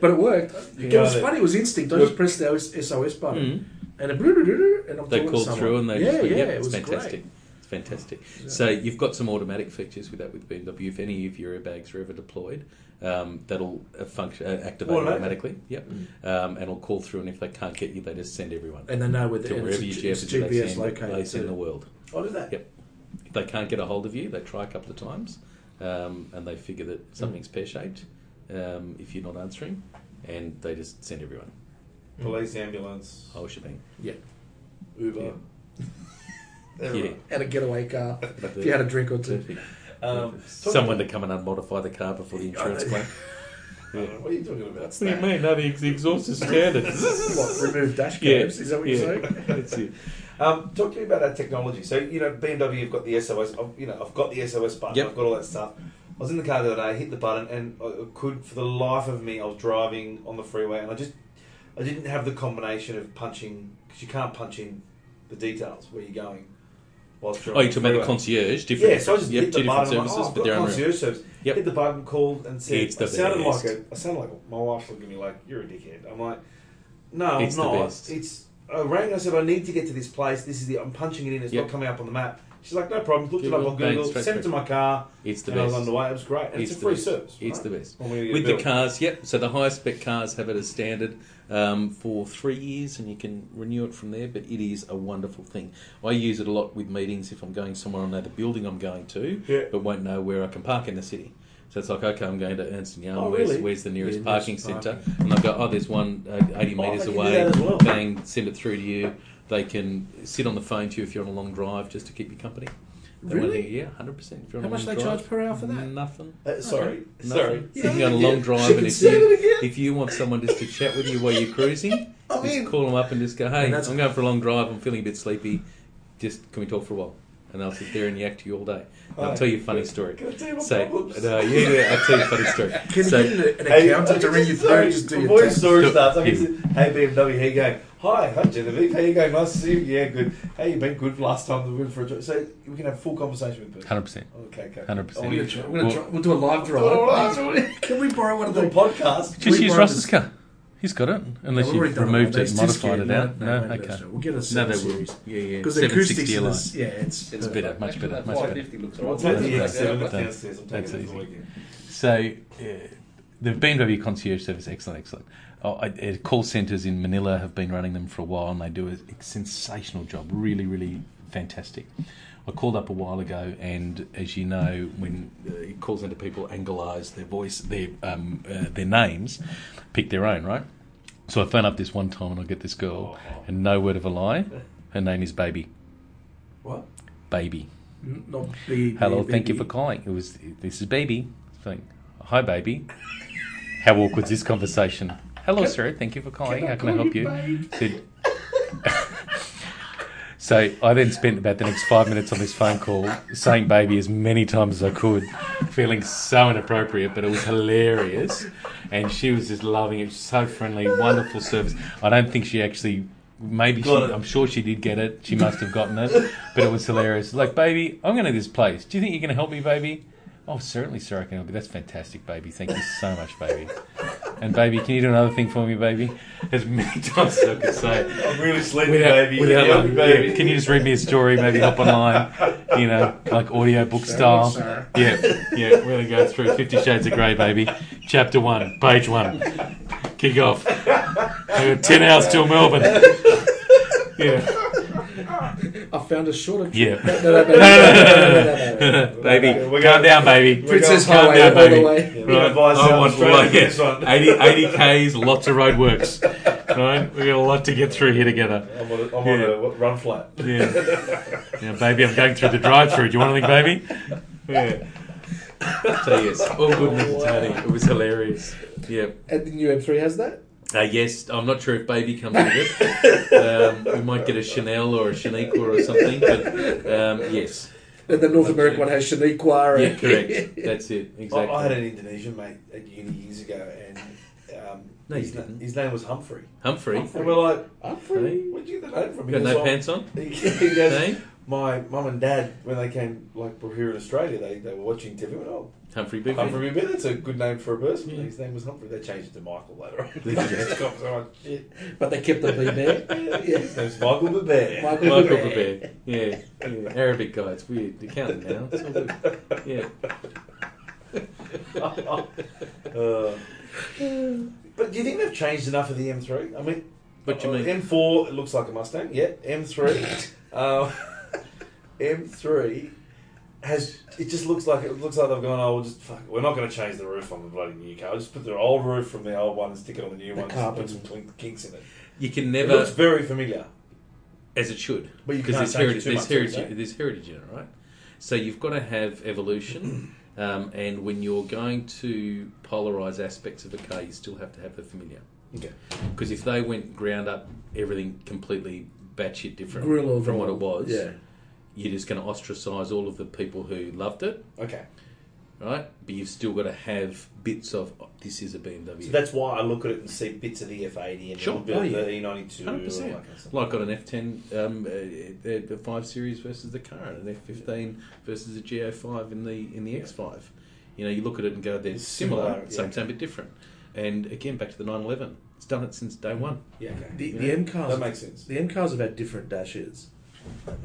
[SPEAKER 1] But it worked. It
[SPEAKER 4] Yeah.
[SPEAKER 1] was funny. It was instinct. I just pressed the SOS button,
[SPEAKER 3] Mm.
[SPEAKER 1] and it blew, blew, blew, blew, and I'm
[SPEAKER 3] They
[SPEAKER 1] talking Hmm. to
[SPEAKER 3] called
[SPEAKER 1] someone.
[SPEAKER 3] through and they
[SPEAKER 1] yeah,
[SPEAKER 3] just went,
[SPEAKER 1] yeah,
[SPEAKER 3] yep,
[SPEAKER 1] it
[SPEAKER 3] it's
[SPEAKER 1] was
[SPEAKER 3] fantastic.
[SPEAKER 1] Great.
[SPEAKER 3] It's fantastic. So you've got some automatic features with that with BMW. If any of your airbags are ever deployed, um, that'll uh, function uh, activate
[SPEAKER 4] Automatic.
[SPEAKER 3] automatically. Yep, um, and it'll call through, and if they can't get you, they just send everyone
[SPEAKER 1] Mm. And they know where the
[SPEAKER 3] to
[SPEAKER 1] and
[SPEAKER 3] wherever
[SPEAKER 1] it's,
[SPEAKER 3] your
[SPEAKER 1] a- it's
[SPEAKER 3] GPS is. They
[SPEAKER 1] GPS
[SPEAKER 3] send, they
[SPEAKER 1] located.
[SPEAKER 3] send the
[SPEAKER 1] too.
[SPEAKER 3] world.
[SPEAKER 4] Oh, did that?
[SPEAKER 3] Yep. If they can't get a hold of you, they try a couple of times, um, and they figure that something's pear shaped um, if you're not answering, and they just send everyone.
[SPEAKER 4] Police, ambulance,
[SPEAKER 3] Oh, shebang.
[SPEAKER 1] Yeah,
[SPEAKER 4] Uber.
[SPEAKER 3] Yeah.
[SPEAKER 4] everyone.
[SPEAKER 1] and a getaway car if you had a drink or two.
[SPEAKER 3] Perfect.
[SPEAKER 4] Um,
[SPEAKER 3] Someone to come and unmodify the car before the insurance claim.
[SPEAKER 4] I don't know, what are you talking about?
[SPEAKER 3] What do you mean? No, the exhaust is standard.
[SPEAKER 1] what remove dash cams?
[SPEAKER 3] Yeah,
[SPEAKER 1] Is that what you're
[SPEAKER 3] yeah.
[SPEAKER 1] saying?
[SPEAKER 3] That's it.
[SPEAKER 4] Um, talk to me about our technology. So you know, BMW, you've got the SOS. I've, you know, I've got the SOS button.
[SPEAKER 3] Yep.
[SPEAKER 4] I've got all that stuff. I was in the car the other day, hit the button, and I could, for the life of me, I was driving on the freeway, and I just, I didn't have the combination of punching because you can't punch in the details where you're going. Whilst you're
[SPEAKER 3] Oh,
[SPEAKER 4] on
[SPEAKER 3] you're talking about the
[SPEAKER 4] freeway.
[SPEAKER 3] concierge? Different,
[SPEAKER 4] Yeah, so I just
[SPEAKER 3] yep,
[SPEAKER 4] hit
[SPEAKER 3] two
[SPEAKER 4] the
[SPEAKER 3] different
[SPEAKER 4] button. I'm
[SPEAKER 3] services,
[SPEAKER 4] like, oh, I've
[SPEAKER 3] but
[SPEAKER 4] got
[SPEAKER 3] they're unreal.
[SPEAKER 4] concierge service.
[SPEAKER 3] Yep.
[SPEAKER 4] Hit the button, called, and said,
[SPEAKER 3] It's the
[SPEAKER 4] I sounded
[SPEAKER 3] best.
[SPEAKER 4] like a, I sounded like a, my wife looking at me like, "You're a dickhead." I'm like, "No,
[SPEAKER 3] It's the
[SPEAKER 4] I'm not."
[SPEAKER 3] best.
[SPEAKER 4] It's I rang. I said, I need to get to this place. This is the. I'm punching it in. It's
[SPEAKER 3] Yep.
[SPEAKER 4] not coming up on the map. She's like, no problem. Looked it
[SPEAKER 3] Google,
[SPEAKER 4] up on
[SPEAKER 3] bang,
[SPEAKER 4] Google.
[SPEAKER 3] straight
[SPEAKER 4] Sent it to
[SPEAKER 3] through.
[SPEAKER 4] my car.
[SPEAKER 3] It's the
[SPEAKER 4] and I was
[SPEAKER 3] best.
[SPEAKER 4] underway. It was great. And it's, a
[SPEAKER 3] the
[SPEAKER 4] free
[SPEAKER 3] best.
[SPEAKER 4] service.
[SPEAKER 3] It's
[SPEAKER 4] right?
[SPEAKER 3] the best.
[SPEAKER 4] When we get
[SPEAKER 3] With
[SPEAKER 4] built.
[SPEAKER 3] the cars, yep. So the high spec cars have it as standard um, for three years, and you can renew it from there. But it is a wonderful thing. I use it a lot with meetings if I'm going somewhere. I know the building I'm going to,
[SPEAKER 4] Yeah.
[SPEAKER 3] but won't know where I can park in the city. So it's like, okay, I'm going to Ernst and Young.
[SPEAKER 4] Oh,
[SPEAKER 3] where's,
[SPEAKER 4] really?
[SPEAKER 3] where's the nearest
[SPEAKER 1] Yeah,
[SPEAKER 3] parking
[SPEAKER 1] nearest
[SPEAKER 3] centre? And they go, oh, there's one uh, 80
[SPEAKER 4] Oh, they
[SPEAKER 3] metres
[SPEAKER 4] can do
[SPEAKER 3] away.
[SPEAKER 4] that as well.
[SPEAKER 3] Bang, send it through to you. They can sit on the phone to you if you're on a long drive just to keep you company. They won't
[SPEAKER 1] Really?
[SPEAKER 3] hear you, yeah, 100%. If you're on
[SPEAKER 1] How
[SPEAKER 3] a
[SPEAKER 1] much
[SPEAKER 3] long
[SPEAKER 1] they
[SPEAKER 3] drive,
[SPEAKER 1] charge per hour for that?
[SPEAKER 3] Nothing.
[SPEAKER 4] Uh, sorry.
[SPEAKER 3] Nothing.
[SPEAKER 4] Sorry.
[SPEAKER 3] So
[SPEAKER 1] Yeah,
[SPEAKER 3] you can go on a
[SPEAKER 1] yeah.
[SPEAKER 3] long drive, and if
[SPEAKER 1] Say
[SPEAKER 3] you,
[SPEAKER 1] that again.
[SPEAKER 3] if you want someone just to chat with you while you're cruising,
[SPEAKER 1] I'm
[SPEAKER 3] just
[SPEAKER 1] in.
[SPEAKER 3] call them up and just go, hey,
[SPEAKER 1] And that's-
[SPEAKER 3] I'm going for a long drive. I'm feeling a bit sleepy. Just can we talk for a while? And they'll sit there and yak to you all day. And I'll
[SPEAKER 4] Oh,
[SPEAKER 3] tell you a funny story.
[SPEAKER 4] Can I tell you my
[SPEAKER 3] So,
[SPEAKER 4] problems?
[SPEAKER 3] no, you do. I'll tell you a funny story.
[SPEAKER 1] Can
[SPEAKER 3] so,
[SPEAKER 1] you get an, an
[SPEAKER 4] Hey,
[SPEAKER 1] accountant to ring you through and just do
[SPEAKER 4] my
[SPEAKER 1] your
[SPEAKER 4] voice
[SPEAKER 1] tax?
[SPEAKER 4] story
[SPEAKER 3] Look,
[SPEAKER 4] starts. I can
[SPEAKER 3] you-
[SPEAKER 4] say, hey BMW, how you going? Hi, hi Genevieve, how you going? Nice to see you. Yeah, good. Hey, you been good last time we went for a drive. So we can have full conversation with people.
[SPEAKER 3] Hundred percent.
[SPEAKER 4] Okay, okay.
[SPEAKER 3] Hundred
[SPEAKER 1] Oh, we're gonna
[SPEAKER 3] percent.
[SPEAKER 1] try, we're gonna try, we'll do a live drive.
[SPEAKER 4] Oh, live
[SPEAKER 1] Can we borrow one of
[SPEAKER 4] The
[SPEAKER 1] the
[SPEAKER 4] podcast.
[SPEAKER 1] Just we use borrowed Russ's this-
[SPEAKER 3] car. He's got it.
[SPEAKER 1] No, we've already done one. Let's just get no, maybe that's right. We'll get a
[SPEAKER 3] No,
[SPEAKER 1] seven
[SPEAKER 3] they will.
[SPEAKER 1] series
[SPEAKER 3] Yeah, yeah.
[SPEAKER 1] because the acoustics in this, yeah, it's, uh,
[SPEAKER 3] It's better, much
[SPEAKER 5] Actually,
[SPEAKER 3] better,
[SPEAKER 5] that
[SPEAKER 3] much better.
[SPEAKER 5] 550 looks
[SPEAKER 4] I'll
[SPEAKER 5] alright.
[SPEAKER 4] take the
[SPEAKER 5] Yeah,
[SPEAKER 4] X7
[SPEAKER 5] but-
[SPEAKER 4] downstairs. I'm
[SPEAKER 3] That's
[SPEAKER 4] taking it for the
[SPEAKER 3] easy.
[SPEAKER 4] weekend.
[SPEAKER 3] So uh, the BMW concierge service, excellent, excellent. Oh, I, uh, call centres in Manila have been running them for a while, and they do a sensational job. Really, really fantastic. I called up a while ago, and as you know, when uh, it calls into people, anglise their voice, their um, uh, their names, pick their own, right? So I phone up this one time, and I get this girl, and no word of a lie, her name is Baby.
[SPEAKER 1] what?
[SPEAKER 3] Baby.
[SPEAKER 1] N- Not the
[SPEAKER 3] Hello,
[SPEAKER 1] the
[SPEAKER 3] thank you for
[SPEAKER 1] BB.
[SPEAKER 3] calling. It was this is baby. It's like, Hi, baby. How awkward's this conversation? Hello, sir. Thank you for calling. How can I help you? Said- so I then spent about the next five minutes on this phone call saying baby as many times as I could, feeling so inappropriate, but it was hilarious. And she was just loving it. So friendly, wonderful service. I don't think she actually. Maybe she,
[SPEAKER 4] Got it.
[SPEAKER 3] I'm sure she did get it. She must have gotten it, but it was hilarious. Like, baby, I'm going to this place. Do you think you're going to help me, baby? Oh, certainly, sir. I can help you. That's fantastic, baby. Thank you so much, baby. And baby, can you do another thing for me, baby? As many times as I could say. it.
[SPEAKER 4] I'm really sleepy,
[SPEAKER 3] Without-
[SPEAKER 4] baby.
[SPEAKER 3] without-
[SPEAKER 4] Yeah, baby.
[SPEAKER 3] yeah, can you just read me a story, maybe up online, you know, like audio book style?
[SPEAKER 1] sir.
[SPEAKER 3] Yeah, yeah, we're going to go through Fifty Shades of Grey, baby. Chapter one, page one. Kick off. I've got 10 hours till Melbourne. Yeah.
[SPEAKER 1] I found a shorter.
[SPEAKER 3] Yeah.
[SPEAKER 1] No, no, no, no, no, no, no, no, no.
[SPEAKER 3] baby,
[SPEAKER 4] We're going-
[SPEAKER 3] calm down, baby.
[SPEAKER 4] We're
[SPEAKER 1] Princess
[SPEAKER 4] going
[SPEAKER 1] Highway
[SPEAKER 3] down,
[SPEAKER 1] all the
[SPEAKER 3] baby.
[SPEAKER 1] way.
[SPEAKER 4] Yeah, we're gonna
[SPEAKER 3] Right,
[SPEAKER 4] buy
[SPEAKER 3] I
[SPEAKER 4] some
[SPEAKER 3] want
[SPEAKER 4] straight
[SPEAKER 3] like,
[SPEAKER 4] after this one.
[SPEAKER 3] 80, 80 Ks, lots of road works. Right? We've got a lot to get through here together.
[SPEAKER 4] I'm on a, I'm on
[SPEAKER 3] Yeah.
[SPEAKER 4] a w- run flat.
[SPEAKER 3] Yeah. yeah, baby, I'm going through the drive through. Do you want anything, baby? Yeah. So, yes, all Oh, good and entertaining. It was hilarious. Yeah.
[SPEAKER 1] And the new M3 has that.
[SPEAKER 3] Uh, yes, I'm not sure if baby comes with it. Um, we might get a Chanel or a Shaniqua or something, but um, yes.
[SPEAKER 1] And the North American one has Shaniqua.
[SPEAKER 3] Yeah,
[SPEAKER 1] and-
[SPEAKER 3] correct. That's it. Exactly.
[SPEAKER 4] Oh, I, I had an Indonesian mate at uni years ago, and um,
[SPEAKER 3] No, you
[SPEAKER 4] his, na-
[SPEAKER 3] didn't.
[SPEAKER 4] his name was Humphrey.
[SPEAKER 3] Humphrey.
[SPEAKER 4] And we're like,
[SPEAKER 1] Humphrey.
[SPEAKER 4] where'd you get the name from? He
[SPEAKER 3] Got
[SPEAKER 4] goes,
[SPEAKER 3] no
[SPEAKER 4] "Oh,
[SPEAKER 3] pants on?
[SPEAKER 4] He, he goes,
[SPEAKER 3] Hey?
[SPEAKER 4] my mum and dad, when they came, like, were here in Australia, they, they were watching TV. Went, oh,
[SPEAKER 3] Humphrey Bigby.
[SPEAKER 4] Humphrey Bibby, that's a good name for a person.
[SPEAKER 3] Yeah.
[SPEAKER 4] His name was Humphrey. They changed it to Michael later on.
[SPEAKER 3] Yeah.
[SPEAKER 4] It's got so much shit.
[SPEAKER 1] But they kept the B there. Yeah.
[SPEAKER 4] His name's Michael Bibby.
[SPEAKER 1] Michael
[SPEAKER 3] Michael
[SPEAKER 1] Bibby.
[SPEAKER 3] Bibby. Yeah. yeah. Arabic guy. It's weird. You can't now. It's all good. Yeah.
[SPEAKER 4] Uh, but do you think they've changed enough of the M3? I mean,
[SPEAKER 3] What you
[SPEAKER 4] uh,
[SPEAKER 3] mean?
[SPEAKER 4] M4 it looks like a Mustang. Yeah, M3. um, M3 has it just looks like it looks like they've gone. Oh, we'll just fuck. it, We're not going to change the roof on the bloody new car. We'll just put the old roof from the old one and stick it on the new
[SPEAKER 1] The
[SPEAKER 4] one.
[SPEAKER 1] carbon.
[SPEAKER 4] Just put some twin- kinks in it.
[SPEAKER 3] You can
[SPEAKER 4] It
[SPEAKER 3] never,
[SPEAKER 4] looks very familiar.
[SPEAKER 3] as it should,
[SPEAKER 4] But you
[SPEAKER 3] because
[SPEAKER 4] can't
[SPEAKER 3] there's
[SPEAKER 4] change it
[SPEAKER 3] heritage,
[SPEAKER 4] too
[SPEAKER 3] there's
[SPEAKER 4] much, don't you
[SPEAKER 3] heritage, there's heritage in it, right? So you've got to have evolution, um, and when you're going to polarize aspects of a car, you still have to have the familiar.
[SPEAKER 4] Okay.
[SPEAKER 3] Because if they went ground up everything completely batshit different
[SPEAKER 1] Grill of
[SPEAKER 3] from what
[SPEAKER 1] all.
[SPEAKER 3] it was,
[SPEAKER 1] Yeah.
[SPEAKER 3] you're just going to ostracize all of the people who loved it,
[SPEAKER 4] Okay.
[SPEAKER 3] right? But you've still got to have bits of oh, this is a BMW.
[SPEAKER 4] So that's why I look at it and see bits of the F80 and
[SPEAKER 3] Sure.
[SPEAKER 4] a bit
[SPEAKER 3] Oh,
[SPEAKER 4] of
[SPEAKER 3] yeah.
[SPEAKER 4] the E E92.
[SPEAKER 3] Hundred percent. Like on an F ten, um, uh, the, the five series versus the car, and an F fifteen versus a GO five in the in the X five. You know, you look at it and go, they're
[SPEAKER 4] It's
[SPEAKER 3] similar,
[SPEAKER 4] similar,
[SPEAKER 3] same
[SPEAKER 4] yeah.
[SPEAKER 3] time but different. And again, back to the nine eleven. It's done it since day one.
[SPEAKER 4] Yeah, okay.
[SPEAKER 1] The,
[SPEAKER 3] Yeah,
[SPEAKER 1] the M cars.
[SPEAKER 4] that makes sense.
[SPEAKER 1] The M cars have had different dashes.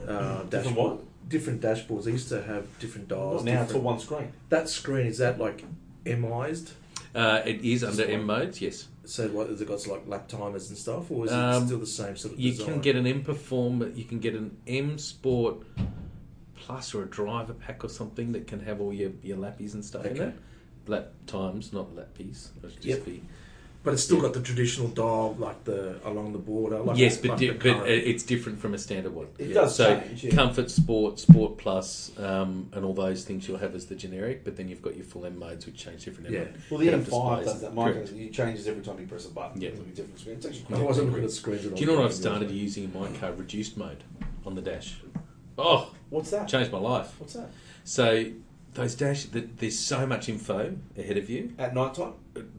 [SPEAKER 1] Uh,
[SPEAKER 4] Different
[SPEAKER 1] dashboard, different dashboards. They used to have different dials.
[SPEAKER 4] Well, now it's all
[SPEAKER 1] different-
[SPEAKER 4] one screen.
[SPEAKER 1] That screen is that like MI'sed?
[SPEAKER 3] Uh, it is under M modes, yes.
[SPEAKER 1] So what has it got like lap timers and stuff, or is it
[SPEAKER 3] Um,
[SPEAKER 1] still the same sort of
[SPEAKER 3] You
[SPEAKER 1] design?
[SPEAKER 3] can get an M Perform, you can get an M Sport Plus or a driver pack or something that can have all your, your lappies and stuff in
[SPEAKER 1] Okay.
[SPEAKER 3] it. Lap times, not lappies. It should just
[SPEAKER 1] Yep.
[SPEAKER 3] be-
[SPEAKER 1] but it's still got the traditional dial, like the along the border. Like,
[SPEAKER 3] yes, but,
[SPEAKER 1] like
[SPEAKER 3] di-
[SPEAKER 1] the
[SPEAKER 3] but uh,
[SPEAKER 1] current.
[SPEAKER 3] it's different from a standard one.
[SPEAKER 4] It does
[SPEAKER 3] So
[SPEAKER 4] change. Yeah.
[SPEAKER 3] comfort, sport, sport plus, um, and all those things you'll have as the generic. But then you've got your full M modes, which change different. M
[SPEAKER 1] Yeah.
[SPEAKER 3] mode.
[SPEAKER 4] well, the
[SPEAKER 3] Get up
[SPEAKER 4] M5
[SPEAKER 3] displays.
[SPEAKER 4] does that
[SPEAKER 3] Correct.
[SPEAKER 4] mechanism. It changes every time you press a button.
[SPEAKER 3] Yeah.
[SPEAKER 4] It's like a different screen. It's actually
[SPEAKER 1] I
[SPEAKER 4] quite
[SPEAKER 1] wasn't looking at screens. at all.
[SPEAKER 3] Do you know what I've started using in my car? Reduced mode on the dash. Oh,
[SPEAKER 4] What's that?
[SPEAKER 3] changed my life.
[SPEAKER 4] What's that?
[SPEAKER 3] So those dash, th- there's so much info ahead of you,
[SPEAKER 4] At night time?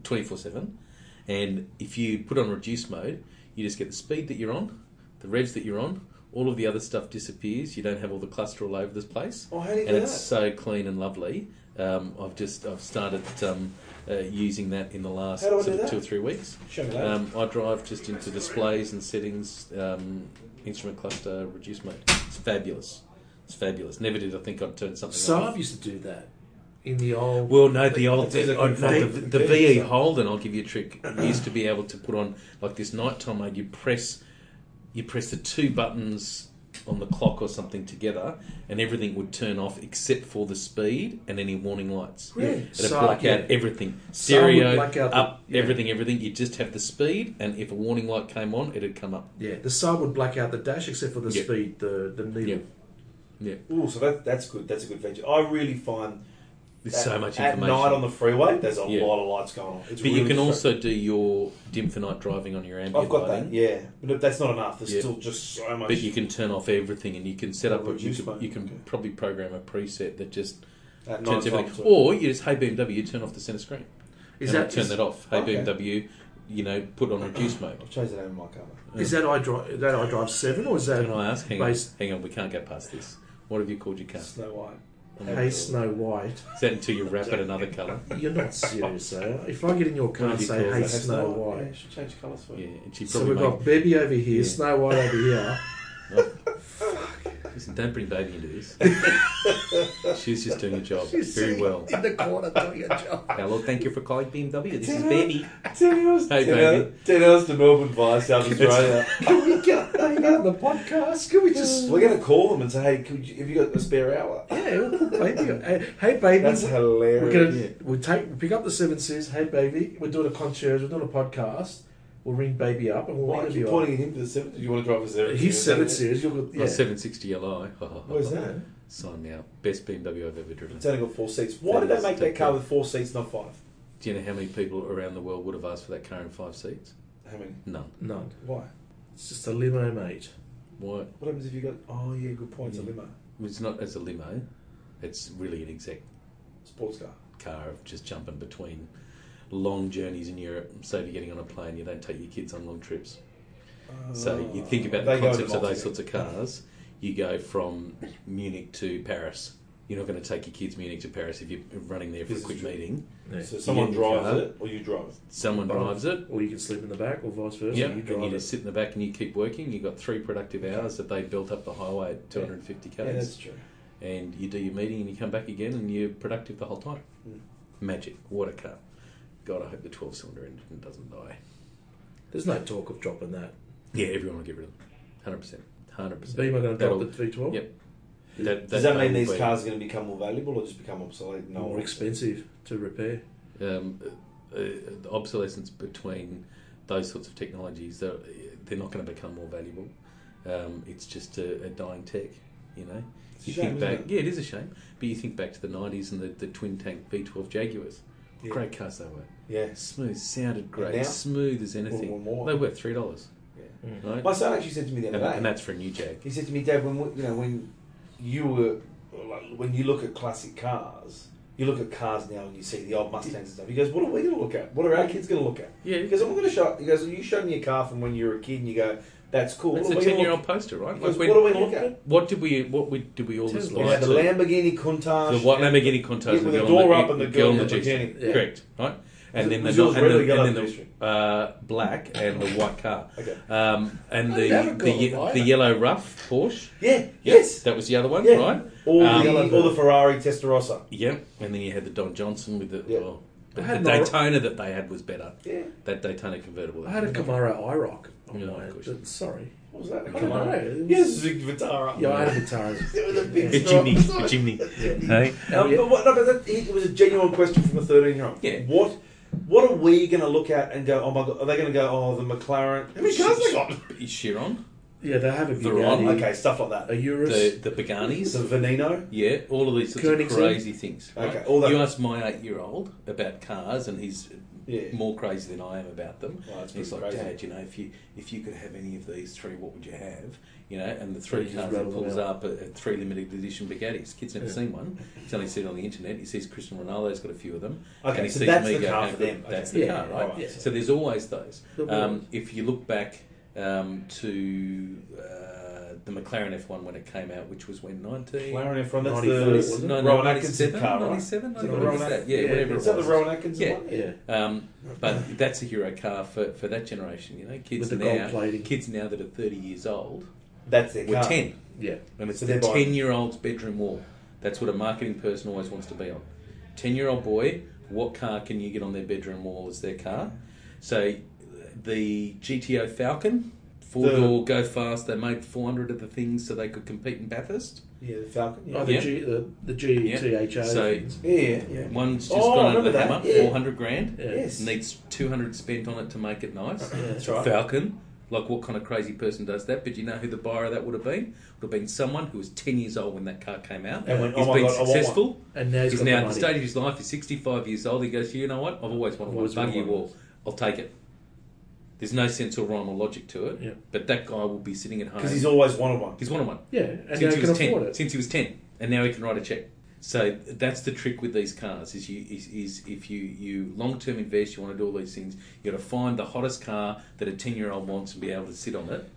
[SPEAKER 3] twenty four seven, and if you put on reduced mode, you just get the speed that you're on, the revs that you're on. All of the other stuff disappears. You don't have all the cluster all over this place.
[SPEAKER 4] Oh, how do you do
[SPEAKER 3] and it's
[SPEAKER 4] that?
[SPEAKER 3] so clean and lovely. Um, I've just I've started um, uh, using that in the last
[SPEAKER 4] How do I
[SPEAKER 3] sort
[SPEAKER 4] do
[SPEAKER 3] of
[SPEAKER 4] that?
[SPEAKER 3] two or three weeks.
[SPEAKER 4] Show me that.
[SPEAKER 3] Um, I drive just into displays and settings, um, instrument cluster, reduce mode. It's fabulous. It's fabulous. Never did I think I'd turn something off.
[SPEAKER 1] Saab used to do that in the old.
[SPEAKER 3] Well, no, the old,
[SPEAKER 4] It's either
[SPEAKER 3] the, oh, no,
[SPEAKER 4] configured
[SPEAKER 3] the,
[SPEAKER 4] with
[SPEAKER 3] the
[SPEAKER 4] the keys,
[SPEAKER 3] VE
[SPEAKER 4] so-
[SPEAKER 3] Holden. I'll give you a trick. Used to be able to put on like this nighttime mode. You press, you press the two buttons on the clock or something together, and everything would turn off except for the speed and any warning lights.
[SPEAKER 1] Really?
[SPEAKER 3] It'd
[SPEAKER 1] So,
[SPEAKER 3] black out
[SPEAKER 1] yeah.
[SPEAKER 3] everything,
[SPEAKER 1] So it would
[SPEAKER 3] stereo,
[SPEAKER 1] black out the-
[SPEAKER 3] up
[SPEAKER 1] yeah.
[SPEAKER 3] everything, everything. You just have the speed, and if a warning light came on, it'd come up.
[SPEAKER 1] yeah, the Saab would black out the dash except for the
[SPEAKER 3] Yeah.
[SPEAKER 1] speed, the the needle.
[SPEAKER 3] Yeah.
[SPEAKER 4] Ooh, so that, that's good. That's a good feature. I really find
[SPEAKER 3] There's
[SPEAKER 4] at,
[SPEAKER 3] so much
[SPEAKER 4] at
[SPEAKER 3] information.
[SPEAKER 4] night on the freeway. There's a
[SPEAKER 3] Yeah.
[SPEAKER 4] lot of lights going on. It's
[SPEAKER 3] but
[SPEAKER 4] really
[SPEAKER 3] you can
[SPEAKER 4] fr-
[SPEAKER 3] also do your dim for night driving on your ambient
[SPEAKER 4] I've got
[SPEAKER 3] lighting.
[SPEAKER 4] that. Yeah, but that's not enough. There's
[SPEAKER 3] Yeah.
[SPEAKER 4] still just so much.
[SPEAKER 3] But you can turn off everything, and you can set up.
[SPEAKER 4] Or
[SPEAKER 3] A, you
[SPEAKER 4] reduce
[SPEAKER 3] can,
[SPEAKER 4] mode,
[SPEAKER 3] you can
[SPEAKER 4] okay.
[SPEAKER 3] probably program a preset that just
[SPEAKER 4] at night
[SPEAKER 3] turns
[SPEAKER 4] time.
[SPEAKER 3] everything.
[SPEAKER 4] so-
[SPEAKER 3] Or you just hey BMW, turn off the center screen.
[SPEAKER 1] Is
[SPEAKER 3] and
[SPEAKER 1] that
[SPEAKER 3] I'll turn
[SPEAKER 1] is-
[SPEAKER 3] that off? Hey
[SPEAKER 4] Okay.
[SPEAKER 3] BMW, you know, put on reduce mode.
[SPEAKER 4] I've changed the name of my car.
[SPEAKER 1] Is that I drive that I drive seven or is that
[SPEAKER 3] Can I ask? Hang on,
[SPEAKER 1] based
[SPEAKER 3] hang on, we can't get past this. What have you called your car? Is
[SPEAKER 4] Snow White.
[SPEAKER 1] Hey Snow White?
[SPEAKER 3] that until you wrap it another colour?
[SPEAKER 1] You're not serious, eh? If I get in your car and
[SPEAKER 3] What do you
[SPEAKER 1] say
[SPEAKER 3] call
[SPEAKER 1] Hey
[SPEAKER 3] that?
[SPEAKER 1] Snow
[SPEAKER 4] Yeah,
[SPEAKER 1] White,
[SPEAKER 4] should change colours for
[SPEAKER 3] Yeah,
[SPEAKER 4] you.
[SPEAKER 3] and she
[SPEAKER 1] so
[SPEAKER 3] probably
[SPEAKER 1] we've got Bebby over here, Snow White over here.
[SPEAKER 3] made- Listen, don't bring baby into this. She's just doing her job very well.
[SPEAKER 1] in the corner doing a job.
[SPEAKER 3] Hello, thank you for calling BMW. This is baby.
[SPEAKER 4] Ten hours,
[SPEAKER 3] Hey,
[SPEAKER 4] 10
[SPEAKER 3] baby.
[SPEAKER 4] hours- ten hours to Melbourne via South Australia.
[SPEAKER 1] Can we get that out of the podcast? Can we just?
[SPEAKER 4] We're going to call them and say, "Hey, could you, have you got a spare hour?"
[SPEAKER 1] Yeah, we'll put baby. on. Hey, hey baby.
[SPEAKER 4] That's hilarious.
[SPEAKER 1] we're gonna we'll take we'll pick up the seven says, Hey baby, we're doing a concierge, we're doing a podcast. We'll ring baby up and we'll
[SPEAKER 4] Why are
[SPEAKER 1] interview
[SPEAKER 4] you
[SPEAKER 1] her.
[SPEAKER 4] pointing at him for the seven? Do you want to drive a seven?
[SPEAKER 1] He's seven series. You'll
[SPEAKER 3] Yeah.
[SPEAKER 1] yeah.
[SPEAKER 3] 760 Li.
[SPEAKER 4] Where's that?
[SPEAKER 3] Sign me up. Best BMW I've ever driven.
[SPEAKER 4] It's only got four seats. Why did they make that car with four seats, not five?
[SPEAKER 3] Do you know how many people around the world would have asked for that car in five seats?
[SPEAKER 4] How many?
[SPEAKER 3] None.
[SPEAKER 1] None.
[SPEAKER 4] Why?
[SPEAKER 1] It's just a limo, mate.
[SPEAKER 3] Why?
[SPEAKER 4] What happens if you got? Oh yeah, good point. It's a
[SPEAKER 3] Yeah.
[SPEAKER 4] limo,
[SPEAKER 3] It's not as a limo. It's really an exec
[SPEAKER 4] sports car.
[SPEAKER 3] car of just jumping between long journeys in Europe. So if you're getting on a plane, you don't take your kids on long trips. So you think about the
[SPEAKER 4] Ah. They go to
[SPEAKER 3] concepts of those
[SPEAKER 4] Malta.
[SPEAKER 3] sorts of cars. You go from Munich to Paris. You're not going to take your kids Munich to Paris if you're running there for
[SPEAKER 4] This
[SPEAKER 3] a
[SPEAKER 4] is
[SPEAKER 3] quick
[SPEAKER 4] true.
[SPEAKER 3] meeting.
[SPEAKER 4] So someone
[SPEAKER 3] You get in your
[SPEAKER 4] drives
[SPEAKER 3] car.
[SPEAKER 4] it, or you drive it.
[SPEAKER 3] Someone
[SPEAKER 1] Well,
[SPEAKER 3] drives it.
[SPEAKER 1] Or you can sleep in the back, or vice versa.
[SPEAKER 3] Yeah,
[SPEAKER 1] you
[SPEAKER 3] and
[SPEAKER 1] drive
[SPEAKER 3] you
[SPEAKER 1] it.
[SPEAKER 3] just sit in the back and you keep working. You've got three productive hours that they built up the highway at 250 k's.
[SPEAKER 4] Yeah, that's true.
[SPEAKER 3] and you do your meeting and you come back again and you're productive the whole time.
[SPEAKER 4] Mm.
[SPEAKER 3] Magic. What a car. God, I hope the 12 cylinder engine doesn't die.
[SPEAKER 1] There's no talk of dropping that.
[SPEAKER 3] Yeah, everyone will get rid of them. 100%. 100%.
[SPEAKER 1] Beamer going to drop
[SPEAKER 3] That'll-
[SPEAKER 1] the V12?
[SPEAKER 3] Yep. that-
[SPEAKER 4] Does that,
[SPEAKER 3] they
[SPEAKER 4] mean
[SPEAKER 3] will
[SPEAKER 4] these
[SPEAKER 3] be,
[SPEAKER 4] cars are going to become more valuable, or just become obsolete? No,
[SPEAKER 1] More expensive to repair.
[SPEAKER 3] Um, uh, uh, obsolescence between those sorts of technologies, they're, they're not going to become more valuable. Um, it's just a, a dying tech, you know?
[SPEAKER 4] It's a
[SPEAKER 3] You
[SPEAKER 4] shame,
[SPEAKER 3] think
[SPEAKER 4] isn't
[SPEAKER 3] back,
[SPEAKER 4] it?
[SPEAKER 3] yeah, it is a shame. But you think back to the '90s and the, the twin tank V12 Jaguars.
[SPEAKER 4] Yeah.
[SPEAKER 3] Great cars they were.
[SPEAKER 4] Yeah.
[SPEAKER 3] Smooth, sounded great,
[SPEAKER 4] now?
[SPEAKER 3] smooth as
[SPEAKER 4] Or
[SPEAKER 3] anything.
[SPEAKER 4] more.
[SPEAKER 3] They were three dollars,
[SPEAKER 4] Yeah.
[SPEAKER 1] Mm.
[SPEAKER 3] right?
[SPEAKER 4] My son actually said to me the
[SPEAKER 3] And,
[SPEAKER 4] other day.
[SPEAKER 3] and that's for a new Jag.
[SPEAKER 4] He said to me, Dad, when we- you know when you were like, when you look at classic cars, you look at cars now and you see the old Mustangs and stuff. He goes, "What are we going to look at? What are our kids going to look at?"
[SPEAKER 3] Yeah.
[SPEAKER 4] He goes, "I'm going to show." He goes, "You show me a car from when you were a kid, and you go, that's cool."
[SPEAKER 3] That's
[SPEAKER 4] what
[SPEAKER 3] a
[SPEAKER 4] are we gonna
[SPEAKER 3] ten-year-old
[SPEAKER 4] look-
[SPEAKER 3] poster, right?
[SPEAKER 4] He goes,
[SPEAKER 3] when-
[SPEAKER 4] what are we going to look at?
[SPEAKER 3] What did we? What we did we all
[SPEAKER 1] Tesla.
[SPEAKER 4] You know,
[SPEAKER 3] aspire to?
[SPEAKER 4] the Lamborghini Countach,
[SPEAKER 3] The white Lamborghini Countach,
[SPEAKER 4] Yeah,
[SPEAKER 3] the
[SPEAKER 4] with
[SPEAKER 3] girl
[SPEAKER 4] the door
[SPEAKER 3] on the,
[SPEAKER 4] up and the
[SPEAKER 3] girl
[SPEAKER 4] girl
[SPEAKER 3] on the
[SPEAKER 4] in the
[SPEAKER 3] G-string.
[SPEAKER 4] bikini.
[SPEAKER 1] Yeah.
[SPEAKER 3] Correct, right? and then the,
[SPEAKER 4] Was yours
[SPEAKER 3] and
[SPEAKER 4] red or
[SPEAKER 3] the,
[SPEAKER 4] yellow
[SPEAKER 3] and
[SPEAKER 4] for
[SPEAKER 3] then
[SPEAKER 4] history?
[SPEAKER 3] the uh, black and the white car.
[SPEAKER 4] Okay.
[SPEAKER 3] Um, and
[SPEAKER 5] Oh,
[SPEAKER 3] the
[SPEAKER 5] you haven't
[SPEAKER 3] the,
[SPEAKER 5] got
[SPEAKER 3] ye-
[SPEAKER 5] a white.
[SPEAKER 3] the yellow rough Porsche.
[SPEAKER 4] Yeah. Yes.
[SPEAKER 3] That was the other one,
[SPEAKER 4] Yeah.
[SPEAKER 3] right?
[SPEAKER 4] Or
[SPEAKER 3] Um,
[SPEAKER 4] the or the Ferrari Testarossa.
[SPEAKER 3] Yep. And then you had the Don Johnson with the
[SPEAKER 4] Yeah.
[SPEAKER 3] well, the,
[SPEAKER 1] I had
[SPEAKER 3] the
[SPEAKER 1] an Iro-
[SPEAKER 3] Daytona that they had was better.
[SPEAKER 4] Yeah.
[SPEAKER 3] That Daytona convertible.
[SPEAKER 1] I had a Camaro IROC on
[SPEAKER 3] Yeah,
[SPEAKER 1] my
[SPEAKER 3] of course.
[SPEAKER 1] but Sorry.
[SPEAKER 4] What was that?
[SPEAKER 1] I don't know. It was-
[SPEAKER 4] Yes, Zig Vitara.
[SPEAKER 1] Yeah, I had a Vitara.
[SPEAKER 4] It was a big
[SPEAKER 3] a
[SPEAKER 4] straw.
[SPEAKER 3] chimney, a chimney. Hey?
[SPEAKER 4] Um,
[SPEAKER 1] Yeah.
[SPEAKER 4] but what, no, but that, it was a genuine question from a 13 year old.
[SPEAKER 3] Yeah.
[SPEAKER 4] What What are we going to look at and go, oh my god, are they going to go, oh, the McLaren? How many cars they got?
[SPEAKER 3] Is Chiron?
[SPEAKER 1] Yeah, they have a
[SPEAKER 3] The Ron,
[SPEAKER 1] Bugatti,
[SPEAKER 4] Okay, stuff like
[SPEAKER 1] a
[SPEAKER 4] that.
[SPEAKER 1] Urus.
[SPEAKER 3] The the Paganis.
[SPEAKER 4] Some Veneno?
[SPEAKER 3] Yeah, all of these sorts
[SPEAKER 1] Koenigsegg.
[SPEAKER 3] of crazy things. right?
[SPEAKER 4] Okay, all that-
[SPEAKER 3] You ask my eight-year-old about cars, and he's
[SPEAKER 4] Yeah.
[SPEAKER 3] more crazy than I am about them.
[SPEAKER 4] Wow, that's
[SPEAKER 3] he's like,
[SPEAKER 4] pretty crazy.
[SPEAKER 3] Dad, you know, if you if you could have any of these three, what would you have? You know, and the three
[SPEAKER 1] He just
[SPEAKER 3] cars that
[SPEAKER 1] rattled them
[SPEAKER 3] pulls
[SPEAKER 1] out.
[SPEAKER 3] up are, are three limited edition Bugattis. Kid's never seen one. He's only seen it on the internet. He sees Cristiano Ronaldo's got a few of them.
[SPEAKER 4] Okay,
[SPEAKER 3] and he
[SPEAKER 4] so
[SPEAKER 3] sees
[SPEAKER 4] that's
[SPEAKER 3] me
[SPEAKER 4] the
[SPEAKER 3] go,
[SPEAKER 4] car
[SPEAKER 3] "How
[SPEAKER 4] for
[SPEAKER 3] good-
[SPEAKER 4] them." Okay.
[SPEAKER 3] That's the
[SPEAKER 1] Yeah,
[SPEAKER 3] car, right?
[SPEAKER 4] alright.
[SPEAKER 1] Yeah.
[SPEAKER 3] So there's always those.
[SPEAKER 1] There'll be
[SPEAKER 3] Um,
[SPEAKER 1] those.
[SPEAKER 3] if you look back um, to uh, the McLaren F1 when it came out, which was when 19...
[SPEAKER 4] McLaren from that's
[SPEAKER 1] 94,
[SPEAKER 4] the
[SPEAKER 1] wasn't it?
[SPEAKER 3] No, no,
[SPEAKER 4] Rowan
[SPEAKER 3] 97,
[SPEAKER 4] Atkinson car, right?
[SPEAKER 3] 97,
[SPEAKER 1] Is it
[SPEAKER 3] whatever
[SPEAKER 1] Rowan
[SPEAKER 3] it was
[SPEAKER 4] Atkinson?
[SPEAKER 3] that, yeah,
[SPEAKER 1] Yeah.
[SPEAKER 3] whatever
[SPEAKER 4] Is
[SPEAKER 3] it
[SPEAKER 4] that the
[SPEAKER 3] was.
[SPEAKER 4] Rowan Atkinson
[SPEAKER 3] Yeah.
[SPEAKER 4] one?
[SPEAKER 1] Yeah.
[SPEAKER 3] Um, but that's a hero car for, for that generation, you know. Kids
[SPEAKER 1] With the gold
[SPEAKER 3] now,
[SPEAKER 1] plating.
[SPEAKER 3] kids now that are thirty years old,
[SPEAKER 4] That's their
[SPEAKER 3] were
[SPEAKER 4] car.
[SPEAKER 3] ten,
[SPEAKER 1] Yeah.
[SPEAKER 3] and it's
[SPEAKER 4] So
[SPEAKER 3] the
[SPEAKER 4] they're buying-
[SPEAKER 3] ten-year-old's bedroom wall. That's what a marketing person always wants to be on. Ten-year-old boy, what car can you get on their bedroom wall as their car? So, the GTO Falcon, four-door, go fast. They made four hundred of the things so they could compete in Bathurst.
[SPEAKER 4] Yeah, the Falcon. Yeah.
[SPEAKER 1] Oh, the
[SPEAKER 3] Yeah.
[SPEAKER 1] G, the, the GTHO.
[SPEAKER 3] So-
[SPEAKER 4] yeah. yeah.
[SPEAKER 1] yeah.
[SPEAKER 3] One's just
[SPEAKER 4] Oh, I
[SPEAKER 3] gone over
[SPEAKER 4] remember
[SPEAKER 3] the
[SPEAKER 4] that,
[SPEAKER 3] hammer,
[SPEAKER 4] yeah.
[SPEAKER 3] four hundred grand.
[SPEAKER 1] Yeah.
[SPEAKER 4] Yes.
[SPEAKER 3] needs 200 spent on it to make it nice.
[SPEAKER 4] That's right.
[SPEAKER 3] Falcon, like what kind of crazy person does that? But you know who the buyer of that would have been? Would have been someone who was 10 years old when that car came out.
[SPEAKER 4] And went,
[SPEAKER 3] He's
[SPEAKER 4] "Oh my
[SPEAKER 3] been
[SPEAKER 4] God, I want
[SPEAKER 3] successful.
[SPEAKER 1] And now
[SPEAKER 3] He's,
[SPEAKER 1] he's, got
[SPEAKER 3] now
[SPEAKER 1] the
[SPEAKER 3] at the
[SPEAKER 1] money.
[SPEAKER 3] stage of his life. He's 65 years old. He goes, you know what? I've always wanted one.
[SPEAKER 1] Always
[SPEAKER 3] Buggy
[SPEAKER 1] wanted one.
[SPEAKER 3] wall. I'll take it. There's no sense or rhyme or logic to it.
[SPEAKER 1] Yeah.
[SPEAKER 3] But that guy will be sitting at home.
[SPEAKER 4] Because he's always wanted one.
[SPEAKER 3] he's wanted one
[SPEAKER 1] Yeah, and now
[SPEAKER 3] since
[SPEAKER 1] he
[SPEAKER 3] he
[SPEAKER 1] can
[SPEAKER 3] was
[SPEAKER 1] afford
[SPEAKER 3] ten.
[SPEAKER 1] it.
[SPEAKER 3] Since he was ten, and now he can write a check. So that's the trick with these cars: is you is, is if you you long term invest, you want to do all these things. You got to find the hottest car that a ten year old wants and be able to sit on it,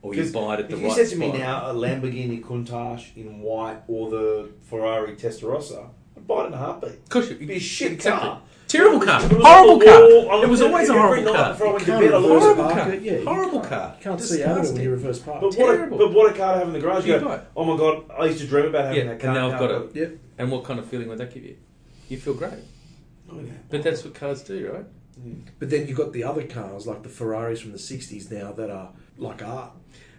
[SPEAKER 3] or you
[SPEAKER 4] 'Cause
[SPEAKER 3] buy it at the
[SPEAKER 4] if
[SPEAKER 3] right
[SPEAKER 4] you said to
[SPEAKER 3] spot.
[SPEAKER 4] me now a Lamborghini Countach in white or the Ferrari Testarossa, I'd buy it in a heartbeat.
[SPEAKER 3] of course, you-
[SPEAKER 4] It'd be a shit
[SPEAKER 3] exactly.
[SPEAKER 4] car.
[SPEAKER 3] terrible car,
[SPEAKER 4] It was
[SPEAKER 3] horrible
[SPEAKER 4] on the wall. I
[SPEAKER 3] car. It
[SPEAKER 4] looked
[SPEAKER 3] was
[SPEAKER 4] at
[SPEAKER 3] always a
[SPEAKER 4] every
[SPEAKER 3] horrible
[SPEAKER 4] night
[SPEAKER 3] car.
[SPEAKER 4] before I went to
[SPEAKER 1] can't
[SPEAKER 4] bed, I
[SPEAKER 1] reverse
[SPEAKER 4] looked at
[SPEAKER 3] Horrible
[SPEAKER 1] park
[SPEAKER 3] car.
[SPEAKER 1] it, yeah, you
[SPEAKER 3] Horrible
[SPEAKER 1] can't-
[SPEAKER 3] car.
[SPEAKER 1] Can't see out of it when you reverse park.
[SPEAKER 4] But what, a,
[SPEAKER 3] Terrible.
[SPEAKER 4] but what a car to have in the garage. You
[SPEAKER 3] You
[SPEAKER 4] go,
[SPEAKER 3] buy it.
[SPEAKER 4] oh my god, I used to dream about having
[SPEAKER 3] Yeah,
[SPEAKER 4] that car.
[SPEAKER 3] and now I've got it.
[SPEAKER 1] Yeah.
[SPEAKER 3] And what kind of feeling would that give you? You feel great,
[SPEAKER 1] Oh,
[SPEAKER 4] it.
[SPEAKER 3] but that's what cars do, right?
[SPEAKER 1] But then you've got the other cars, like the Ferraris from the 60s now, that are like art.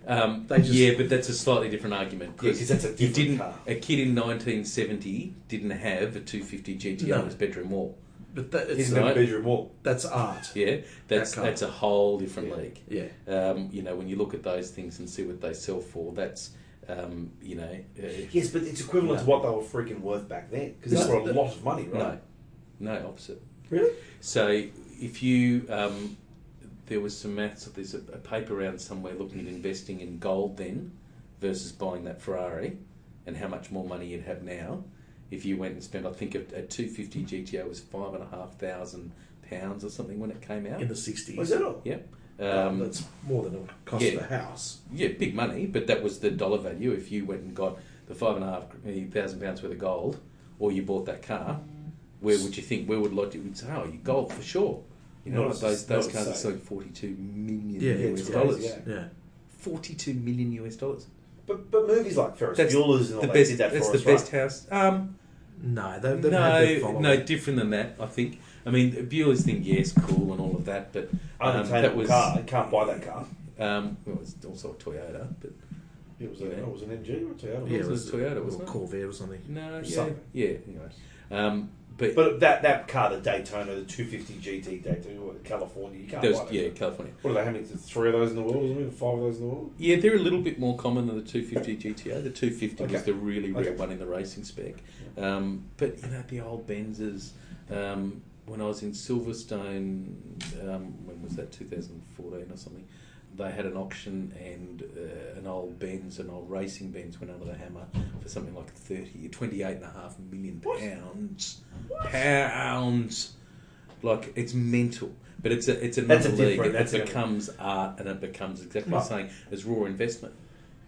[SPEAKER 3] Um,
[SPEAKER 1] They just-
[SPEAKER 3] yeah, but that's a slightly different argument.
[SPEAKER 4] Yeah, 'cause that's a
[SPEAKER 3] you
[SPEAKER 4] different
[SPEAKER 3] didn't,
[SPEAKER 4] car.
[SPEAKER 3] A kid in 1970 didn't have a 250 GT
[SPEAKER 1] No.
[SPEAKER 3] on his bedroom wall.
[SPEAKER 1] But that, it's
[SPEAKER 4] He's
[SPEAKER 1] not,
[SPEAKER 4] in the
[SPEAKER 3] right.
[SPEAKER 4] bedroom wall.
[SPEAKER 1] that's art.
[SPEAKER 3] Yeah, that's
[SPEAKER 1] That car.
[SPEAKER 3] that's a whole different league.
[SPEAKER 1] Yeah.
[SPEAKER 3] Um, you know, when you look at those things and see what they sell for, that's um, you know, uh,
[SPEAKER 4] Yes, but it's equivalent to
[SPEAKER 3] No.
[SPEAKER 4] what they were freaking worth back then. Because these
[SPEAKER 1] No.
[SPEAKER 4] were a lot of money,
[SPEAKER 3] no,
[SPEAKER 4] right?
[SPEAKER 3] no opposite.
[SPEAKER 1] Really?
[SPEAKER 3] So if you, um, there was some maths, there's a, a paper around somewhere looking at investing in gold then versus buying that Ferrari and how much more money you'd have now if you went and spent, I think a, a 250 GTO was five and a half thousand pounds or something when it came out.
[SPEAKER 1] In the 60s.
[SPEAKER 4] Was it all?
[SPEAKER 3] Yep.
[SPEAKER 1] Um,
[SPEAKER 3] Um,
[SPEAKER 1] that's more than the cost
[SPEAKER 3] yeah.
[SPEAKER 1] of a house.
[SPEAKER 3] yeah, big money, but that was the dollar value. If you went and got the five and a half eh, thousand pounds worth of gold, or you bought that car, where would you think? Where would logic would say, "Oh, you gold for sure." You know,
[SPEAKER 4] Not
[SPEAKER 3] like
[SPEAKER 4] as-
[SPEAKER 3] those
[SPEAKER 4] not
[SPEAKER 3] those
[SPEAKER 4] as
[SPEAKER 3] cars are
[SPEAKER 4] safe.
[SPEAKER 3] selling forty-two million
[SPEAKER 1] Yeah,
[SPEAKER 4] Yeah,
[SPEAKER 3] US
[SPEAKER 4] it's
[SPEAKER 3] dollars.
[SPEAKER 4] crazy, yeah.
[SPEAKER 1] Yeah.
[SPEAKER 3] Forty-two million US dollars.
[SPEAKER 4] But, but movies like Ferris
[SPEAKER 3] That's
[SPEAKER 4] Bueller's and all
[SPEAKER 3] the
[SPEAKER 4] that
[SPEAKER 3] best.
[SPEAKER 4] did that
[SPEAKER 3] That's
[SPEAKER 4] for
[SPEAKER 3] the
[SPEAKER 4] us,
[SPEAKER 3] best
[SPEAKER 4] right?
[SPEAKER 3] house. Um,
[SPEAKER 1] No, they, they've had their
[SPEAKER 3] no,
[SPEAKER 1] following.
[SPEAKER 3] no, different than that. I think. I mean, Bueller's thing, yes, cool and all of that, but um,
[SPEAKER 4] Unattainable
[SPEAKER 3] that was
[SPEAKER 4] car. You can't buy that car.
[SPEAKER 3] um, well, it was also a Toyota, but
[SPEAKER 4] It was,
[SPEAKER 3] a- Yeah. it
[SPEAKER 4] was an MG or a Toyota.
[SPEAKER 1] Yeah,
[SPEAKER 3] it was a Toyota,
[SPEAKER 1] or
[SPEAKER 3] wasn't it?
[SPEAKER 1] Corvair or something.
[SPEAKER 3] no, yeah,
[SPEAKER 4] Something.
[SPEAKER 3] yeah. Anyway, um, but
[SPEAKER 4] But that, that car, the Daytona, the 250 GT Daytona, what, California, you can't
[SPEAKER 3] Those,
[SPEAKER 4] buy that.
[SPEAKER 3] yeah, California.
[SPEAKER 4] What are they? How many? Three of those in the world? Isn't it? Five of those in the world?
[SPEAKER 3] Yeah, they're a little bit more common than the 250 GTO. The 250 was
[SPEAKER 4] Okay.
[SPEAKER 3] the really rare
[SPEAKER 4] Okay.
[SPEAKER 3] one in the racing spec. Um, but you know the old Benzes. Um, when I was in Silverstone, um, when was that? 2014 or something. They had an auction and uh, an old Benz, an old racing Benz, went under the hammer for something like 30, 28 and a half million
[SPEAKER 4] What?
[SPEAKER 3] pounds. Pounds. Like it's mental, but it's a it's
[SPEAKER 4] That's
[SPEAKER 3] another
[SPEAKER 4] a
[SPEAKER 3] league.
[SPEAKER 4] different-
[SPEAKER 3] It
[SPEAKER 4] that's a-
[SPEAKER 3] becomes art, and it becomes exactly the
[SPEAKER 4] Right.
[SPEAKER 3] same as raw investment.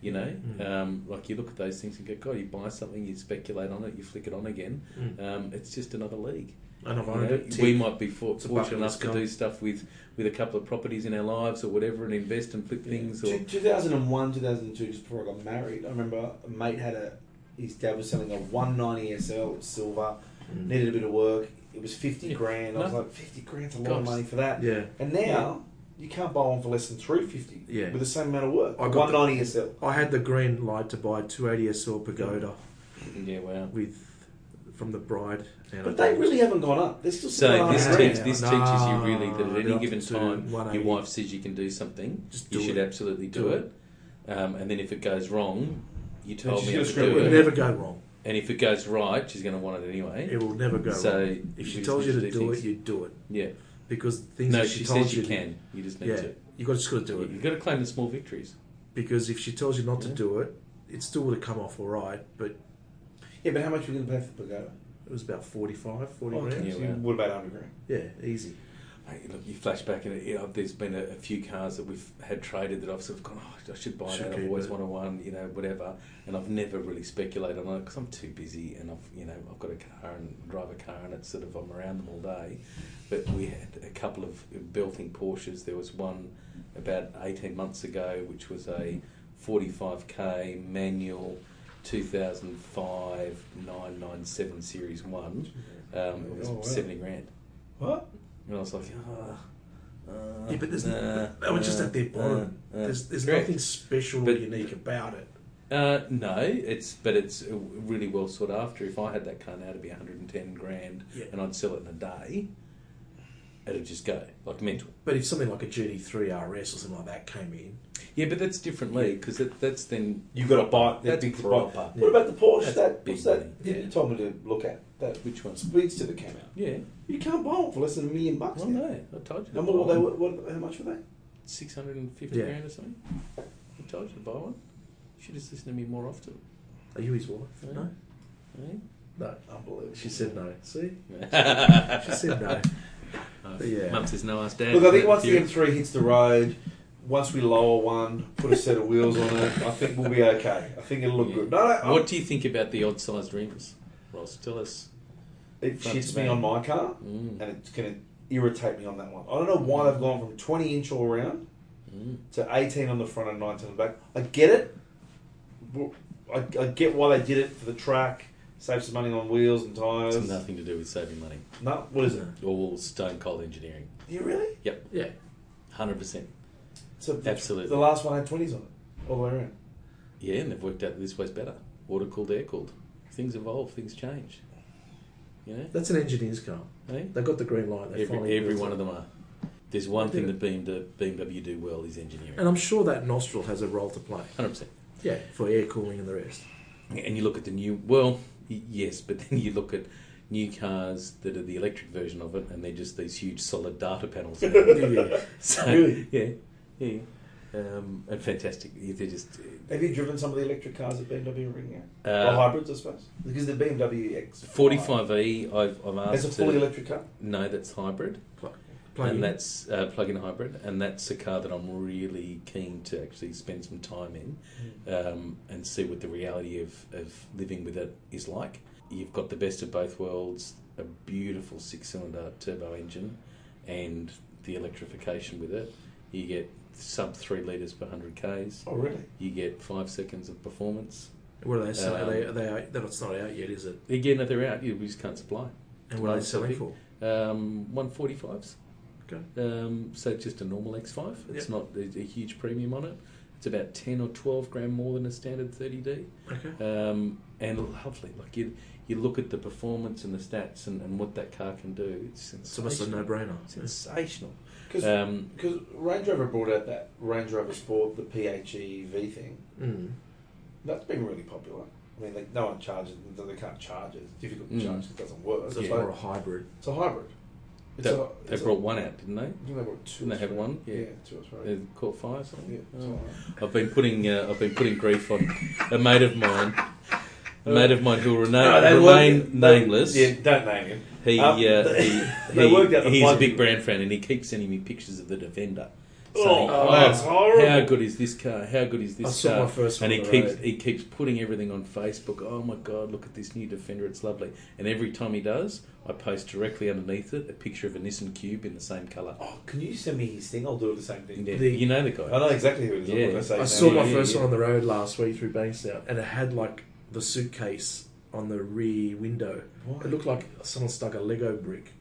[SPEAKER 3] You know,
[SPEAKER 1] Mm.
[SPEAKER 3] um, like you look at those things and go, God, you buy something, you speculate on it, you flick it on again.
[SPEAKER 1] Mm.
[SPEAKER 3] Um, it's just another league.
[SPEAKER 1] And I've
[SPEAKER 3] You
[SPEAKER 1] owned
[SPEAKER 3] know,
[SPEAKER 1] it.
[SPEAKER 3] we
[SPEAKER 1] tick.
[SPEAKER 3] might be for,
[SPEAKER 1] It's a bucket
[SPEAKER 3] fortunate enough
[SPEAKER 1] list
[SPEAKER 3] to
[SPEAKER 1] gone.
[SPEAKER 3] do stuff with, with a couple of properties in our lives or whatever and invest and flip
[SPEAKER 1] Yeah.
[SPEAKER 3] things. Or
[SPEAKER 4] Two- 2001, 2002, just before I got married, I remember a mate had a. His dad was selling a 190 SL, it was silver,
[SPEAKER 1] Mm.
[SPEAKER 4] needed a bit of work. It was 50
[SPEAKER 3] Yeah.
[SPEAKER 4] grand. I was
[SPEAKER 3] No.
[SPEAKER 4] like, 50 grand's a lot of
[SPEAKER 3] Gosh.
[SPEAKER 4] money for that.
[SPEAKER 1] Yeah.
[SPEAKER 4] And now, you can't buy one for less than 350
[SPEAKER 1] Yeah.
[SPEAKER 4] with the same amount of work.
[SPEAKER 1] I got the-
[SPEAKER 4] 190 SL.
[SPEAKER 1] I had the green light to buy 280 SL Pagoda
[SPEAKER 3] Yeah, wow.
[SPEAKER 1] with from the bride. And
[SPEAKER 4] But they really haven't gone up. They're still
[SPEAKER 3] So
[SPEAKER 4] sitting
[SPEAKER 3] this,
[SPEAKER 1] yeah.
[SPEAKER 4] around.
[SPEAKER 1] team-
[SPEAKER 3] teach, this
[SPEAKER 1] No,
[SPEAKER 3] teaches you really that
[SPEAKER 1] they're
[SPEAKER 3] at any
[SPEAKER 1] up
[SPEAKER 3] given
[SPEAKER 1] to
[SPEAKER 3] time, your
[SPEAKER 1] 180.
[SPEAKER 3] wife says you can do something,
[SPEAKER 1] Just
[SPEAKER 3] you
[SPEAKER 1] do
[SPEAKER 3] should
[SPEAKER 1] it.
[SPEAKER 3] absolutely
[SPEAKER 1] Do
[SPEAKER 3] do it. Um, and then if it goes wrong, you told
[SPEAKER 4] she's
[SPEAKER 3] me
[SPEAKER 4] gonna
[SPEAKER 3] how to
[SPEAKER 4] screw
[SPEAKER 1] It
[SPEAKER 3] do
[SPEAKER 4] with
[SPEAKER 1] will
[SPEAKER 3] it.
[SPEAKER 1] never go wrong.
[SPEAKER 3] And if it goes right, she's going to want it anyway.
[SPEAKER 1] It will never go
[SPEAKER 3] so
[SPEAKER 1] wrong. If she tells you to do it, you do it
[SPEAKER 3] yeah.
[SPEAKER 1] because things
[SPEAKER 3] No,
[SPEAKER 1] that
[SPEAKER 3] she,
[SPEAKER 1] tells
[SPEAKER 3] says you
[SPEAKER 1] to-
[SPEAKER 3] can. You just need
[SPEAKER 1] Yeah,
[SPEAKER 3] to.
[SPEAKER 1] you got just got to do it
[SPEAKER 3] You've got to claim the small victories.
[SPEAKER 1] because if she tells you not to
[SPEAKER 3] Yeah.
[SPEAKER 1] do it, it still would have come off all right. But
[SPEAKER 4] Yeah, but how much are we going to pay for the Pagoda?
[SPEAKER 1] it was about 45, 40
[SPEAKER 4] Oh,
[SPEAKER 1] grand.
[SPEAKER 4] okay,
[SPEAKER 3] Yeah,
[SPEAKER 4] so
[SPEAKER 3] wow.
[SPEAKER 4] What about 100 grand?
[SPEAKER 1] Yeah, easy.
[SPEAKER 3] Mate, look, you flash back, and you know, there's been a, a few cars that we've had traded that I've sort of gone, oh, I should buy
[SPEAKER 1] Should
[SPEAKER 3] that.
[SPEAKER 1] keep
[SPEAKER 3] I've always
[SPEAKER 1] it."
[SPEAKER 3] wanted one, you know, whatever. And I've never really speculated on it because I'm too busy, and I've, you know, I've got a car and drive a car, and it's sort of I'm around them all day. But we had a couple of belting Porsches. There was one about 18 months ago, which was a 45k manual. 2005 997 Series 1. Um, it was
[SPEAKER 4] Oh, wow.
[SPEAKER 3] 70 grand.
[SPEAKER 4] What?
[SPEAKER 3] And I was like, ah. Uh,
[SPEAKER 1] Yeah, but there's
[SPEAKER 3] nah,
[SPEAKER 1] that was just
[SPEAKER 3] uh,
[SPEAKER 1] at their bottom.
[SPEAKER 3] uh, uh."
[SPEAKER 1] there's there's
[SPEAKER 3] Correct.
[SPEAKER 1] nothing special or
[SPEAKER 3] But-
[SPEAKER 1] unique about it.
[SPEAKER 3] Uh, no, it's but it's uh, really well sought after. If I had that car now, it'd be 110 grand,
[SPEAKER 1] Yeah.
[SPEAKER 3] and I'd sell it in a day. It'd just go like mental.
[SPEAKER 1] But if something like a GD3 RS or something like that came in,
[SPEAKER 3] Yeah, but that's different league because that, that's then
[SPEAKER 4] You've got to buy
[SPEAKER 3] that's
[SPEAKER 4] big to buy.
[SPEAKER 3] proper.
[SPEAKER 4] What about the Porsche?
[SPEAKER 3] That's
[SPEAKER 4] that
[SPEAKER 3] big
[SPEAKER 4] what's that?
[SPEAKER 3] money.
[SPEAKER 4] Yeah.
[SPEAKER 3] Yeah.
[SPEAKER 4] You told me to look at that
[SPEAKER 3] Which one?
[SPEAKER 4] speedster that came out.
[SPEAKER 3] Yeah,
[SPEAKER 4] You can't buy one for less than a million bucks.
[SPEAKER 3] well,
[SPEAKER 4] now.
[SPEAKER 3] no, I told you. to
[SPEAKER 4] And
[SPEAKER 3] buy
[SPEAKER 4] what, were they,
[SPEAKER 3] one.
[SPEAKER 4] what, what, how much were they?
[SPEAKER 3] 650
[SPEAKER 1] Yeah.
[SPEAKER 3] grand or something. I told you to buy one. You should just listen to me more often.
[SPEAKER 1] are you his wife?
[SPEAKER 3] Yeah.
[SPEAKER 1] No,
[SPEAKER 3] eh?
[SPEAKER 1] no.
[SPEAKER 4] Unbelievable.
[SPEAKER 1] She said no. See, she said no.
[SPEAKER 3] Uh,
[SPEAKER 1] Yeah.
[SPEAKER 3] Mum says no, ask dad.
[SPEAKER 4] Look, I think once the
[SPEAKER 3] Yeah.
[SPEAKER 4] M3 hits the road, once we lower one, put a set of wheels on it, I think we'll be okay. I think it'll look
[SPEAKER 3] Yeah.
[SPEAKER 4] good. No, um, no, I-
[SPEAKER 3] What do you think about the odd sized rims, Ross? Tell us.
[SPEAKER 4] it
[SPEAKER 3] That's
[SPEAKER 4] shits me
[SPEAKER 3] bad.
[SPEAKER 4] on my car,
[SPEAKER 3] Mm.
[SPEAKER 4] and it's going to irritate me on that one. I don't know why they've gone from 20 inch all around
[SPEAKER 3] Mm.
[SPEAKER 4] to 18 on the front and 19 on the back. I get it. I, I get why they did it for the track, save some money on wheels and tyres.
[SPEAKER 3] It's nothing to do with saving money.
[SPEAKER 4] No, what is it?
[SPEAKER 3] All stone cold engineering.
[SPEAKER 4] You really?
[SPEAKER 1] Yeah,
[SPEAKER 3] 100%.
[SPEAKER 4] So the,
[SPEAKER 3] Absolutely.
[SPEAKER 4] The last one had 20s on it, all the way around.
[SPEAKER 3] Yeah, and they've worked out that this way's better. Water cooled, air cooled. Things evolve, things change. You know?
[SPEAKER 1] that's an engineer's car.
[SPEAKER 3] eh?
[SPEAKER 1] They got the green light. They finally
[SPEAKER 3] Every, every
[SPEAKER 1] built
[SPEAKER 3] one
[SPEAKER 1] it.
[SPEAKER 3] of them are. There's one thing
[SPEAKER 1] Yeah.
[SPEAKER 3] that BMW, BMW do well is engineering.
[SPEAKER 1] And I'm sure that nostril has a role to play.
[SPEAKER 3] 100%.
[SPEAKER 1] Yeah, for air cooling and the rest.
[SPEAKER 3] and you look at the new well y- yes but then you look at new cars that are the electric version of it and they're just these huge solid data panels now.
[SPEAKER 1] Yeah.
[SPEAKER 3] so
[SPEAKER 1] Really?
[SPEAKER 3] yeah yeah um, and fantastic Yeah, they're just uh,
[SPEAKER 4] Have you driven some of the electric cars that BMW are bringing out?
[SPEAKER 3] Uh,
[SPEAKER 4] or hybrids, I suppose. Because the BMW X
[SPEAKER 3] 45e E, I've, I've asked
[SPEAKER 4] It's a fully
[SPEAKER 3] to-
[SPEAKER 4] electric car.
[SPEAKER 3] no that's hybrid
[SPEAKER 1] Plug in.
[SPEAKER 3] and that's uh, plug-in hybrid and that's a car that I'm really keen to actually spend some time in
[SPEAKER 4] Uh,
[SPEAKER 3] um, and see what the reality of, of living with it is like. You've got the best of both worlds a beautiful six cylinder turbo engine and the electrification with it. You get sub 3 litres per 100 Ks,
[SPEAKER 4] Oh, really?
[SPEAKER 3] you get 5 seconds of performance.
[SPEAKER 1] What are they selling?
[SPEAKER 3] Um,
[SPEAKER 1] are they, are they out? That's not out yet, is it?
[SPEAKER 3] Again, if they're out, you we just can't supply.
[SPEAKER 1] And what are they
[SPEAKER 3] Um,
[SPEAKER 1] selling
[SPEAKER 3] something.
[SPEAKER 1] for?
[SPEAKER 3] Um, 145s.
[SPEAKER 1] Okay.
[SPEAKER 3] Um, so it's just a normal X5. It's not a, a huge premium on it. It's about 10 or 12 grand more than a standard 30D.
[SPEAKER 1] Okay.
[SPEAKER 3] um, and lovely. Like you, you look at the performance and the stats and, and what that car can do. It's
[SPEAKER 1] It's almost a
[SPEAKER 3] sensational.
[SPEAKER 1] no-brainer.
[SPEAKER 3] sensational.
[SPEAKER 4] Because
[SPEAKER 3] Um,
[SPEAKER 4] Range Rover brought out that Range Rover Sport, the PHEV thing.
[SPEAKER 1] Mm.
[SPEAKER 4] That's been really popular. I mean, like, no one charges it. They can't charge it. It's difficult to
[SPEAKER 3] Mm.
[SPEAKER 4] charge 'cause it doesn't work. So
[SPEAKER 1] It's
[SPEAKER 4] it's,
[SPEAKER 1] more
[SPEAKER 4] like,
[SPEAKER 1] a hybrid.
[SPEAKER 4] it's a hybrid. It's
[SPEAKER 3] they,
[SPEAKER 4] a,
[SPEAKER 3] they
[SPEAKER 4] it's
[SPEAKER 3] brought one out, didn't they?
[SPEAKER 4] A, didn't they brought two.
[SPEAKER 3] Didn't
[SPEAKER 4] or
[SPEAKER 3] they have
[SPEAKER 4] three?
[SPEAKER 3] one? Yeah.
[SPEAKER 4] Yeah, two or three.
[SPEAKER 3] They caught fire or something.
[SPEAKER 4] Yeah,
[SPEAKER 3] Oh.
[SPEAKER 4] something like
[SPEAKER 3] I've been putting uh, I've been putting grief on a mate of mine, a mate of mine who will rena-
[SPEAKER 4] that. No, they
[SPEAKER 3] remain
[SPEAKER 4] weren't- they-
[SPEAKER 3] nameless.
[SPEAKER 4] Yeah, don't name him.
[SPEAKER 3] He,
[SPEAKER 4] Um,
[SPEAKER 3] uh,
[SPEAKER 4] they-
[SPEAKER 3] he,
[SPEAKER 4] they
[SPEAKER 3] he-
[SPEAKER 4] worked out the
[SPEAKER 3] he's a
[SPEAKER 4] plug-
[SPEAKER 3] big brand fan, and he keeps sending me pictures of the Defender. saying,
[SPEAKER 1] Oh,
[SPEAKER 4] that's horrible.
[SPEAKER 3] How good is this car? How good is this
[SPEAKER 1] I saw
[SPEAKER 3] car?
[SPEAKER 1] my first
[SPEAKER 3] and
[SPEAKER 1] one
[SPEAKER 3] he
[SPEAKER 1] on the
[SPEAKER 3] keeps
[SPEAKER 1] road.
[SPEAKER 3] he keeps putting everything on Facebook. Oh my god, look at this new Defender, it's lovely. And every time he does, I post directly underneath it a picture of a Nissan Cube in the same colour.
[SPEAKER 4] Oh, can you send me his thing? I'll do the same thing.
[SPEAKER 3] Yeah,
[SPEAKER 1] the-
[SPEAKER 3] you know the guy.
[SPEAKER 4] I know exactly who it is. I'm not gonna say
[SPEAKER 1] I
[SPEAKER 4] his
[SPEAKER 1] saw
[SPEAKER 4] name.
[SPEAKER 1] my
[SPEAKER 3] yeah,
[SPEAKER 1] first
[SPEAKER 3] yeah.
[SPEAKER 1] one on the road last week through Bankstown, and it had like the suitcase on the rear window.
[SPEAKER 4] Why?
[SPEAKER 1] It looked like someone stuck a Lego brick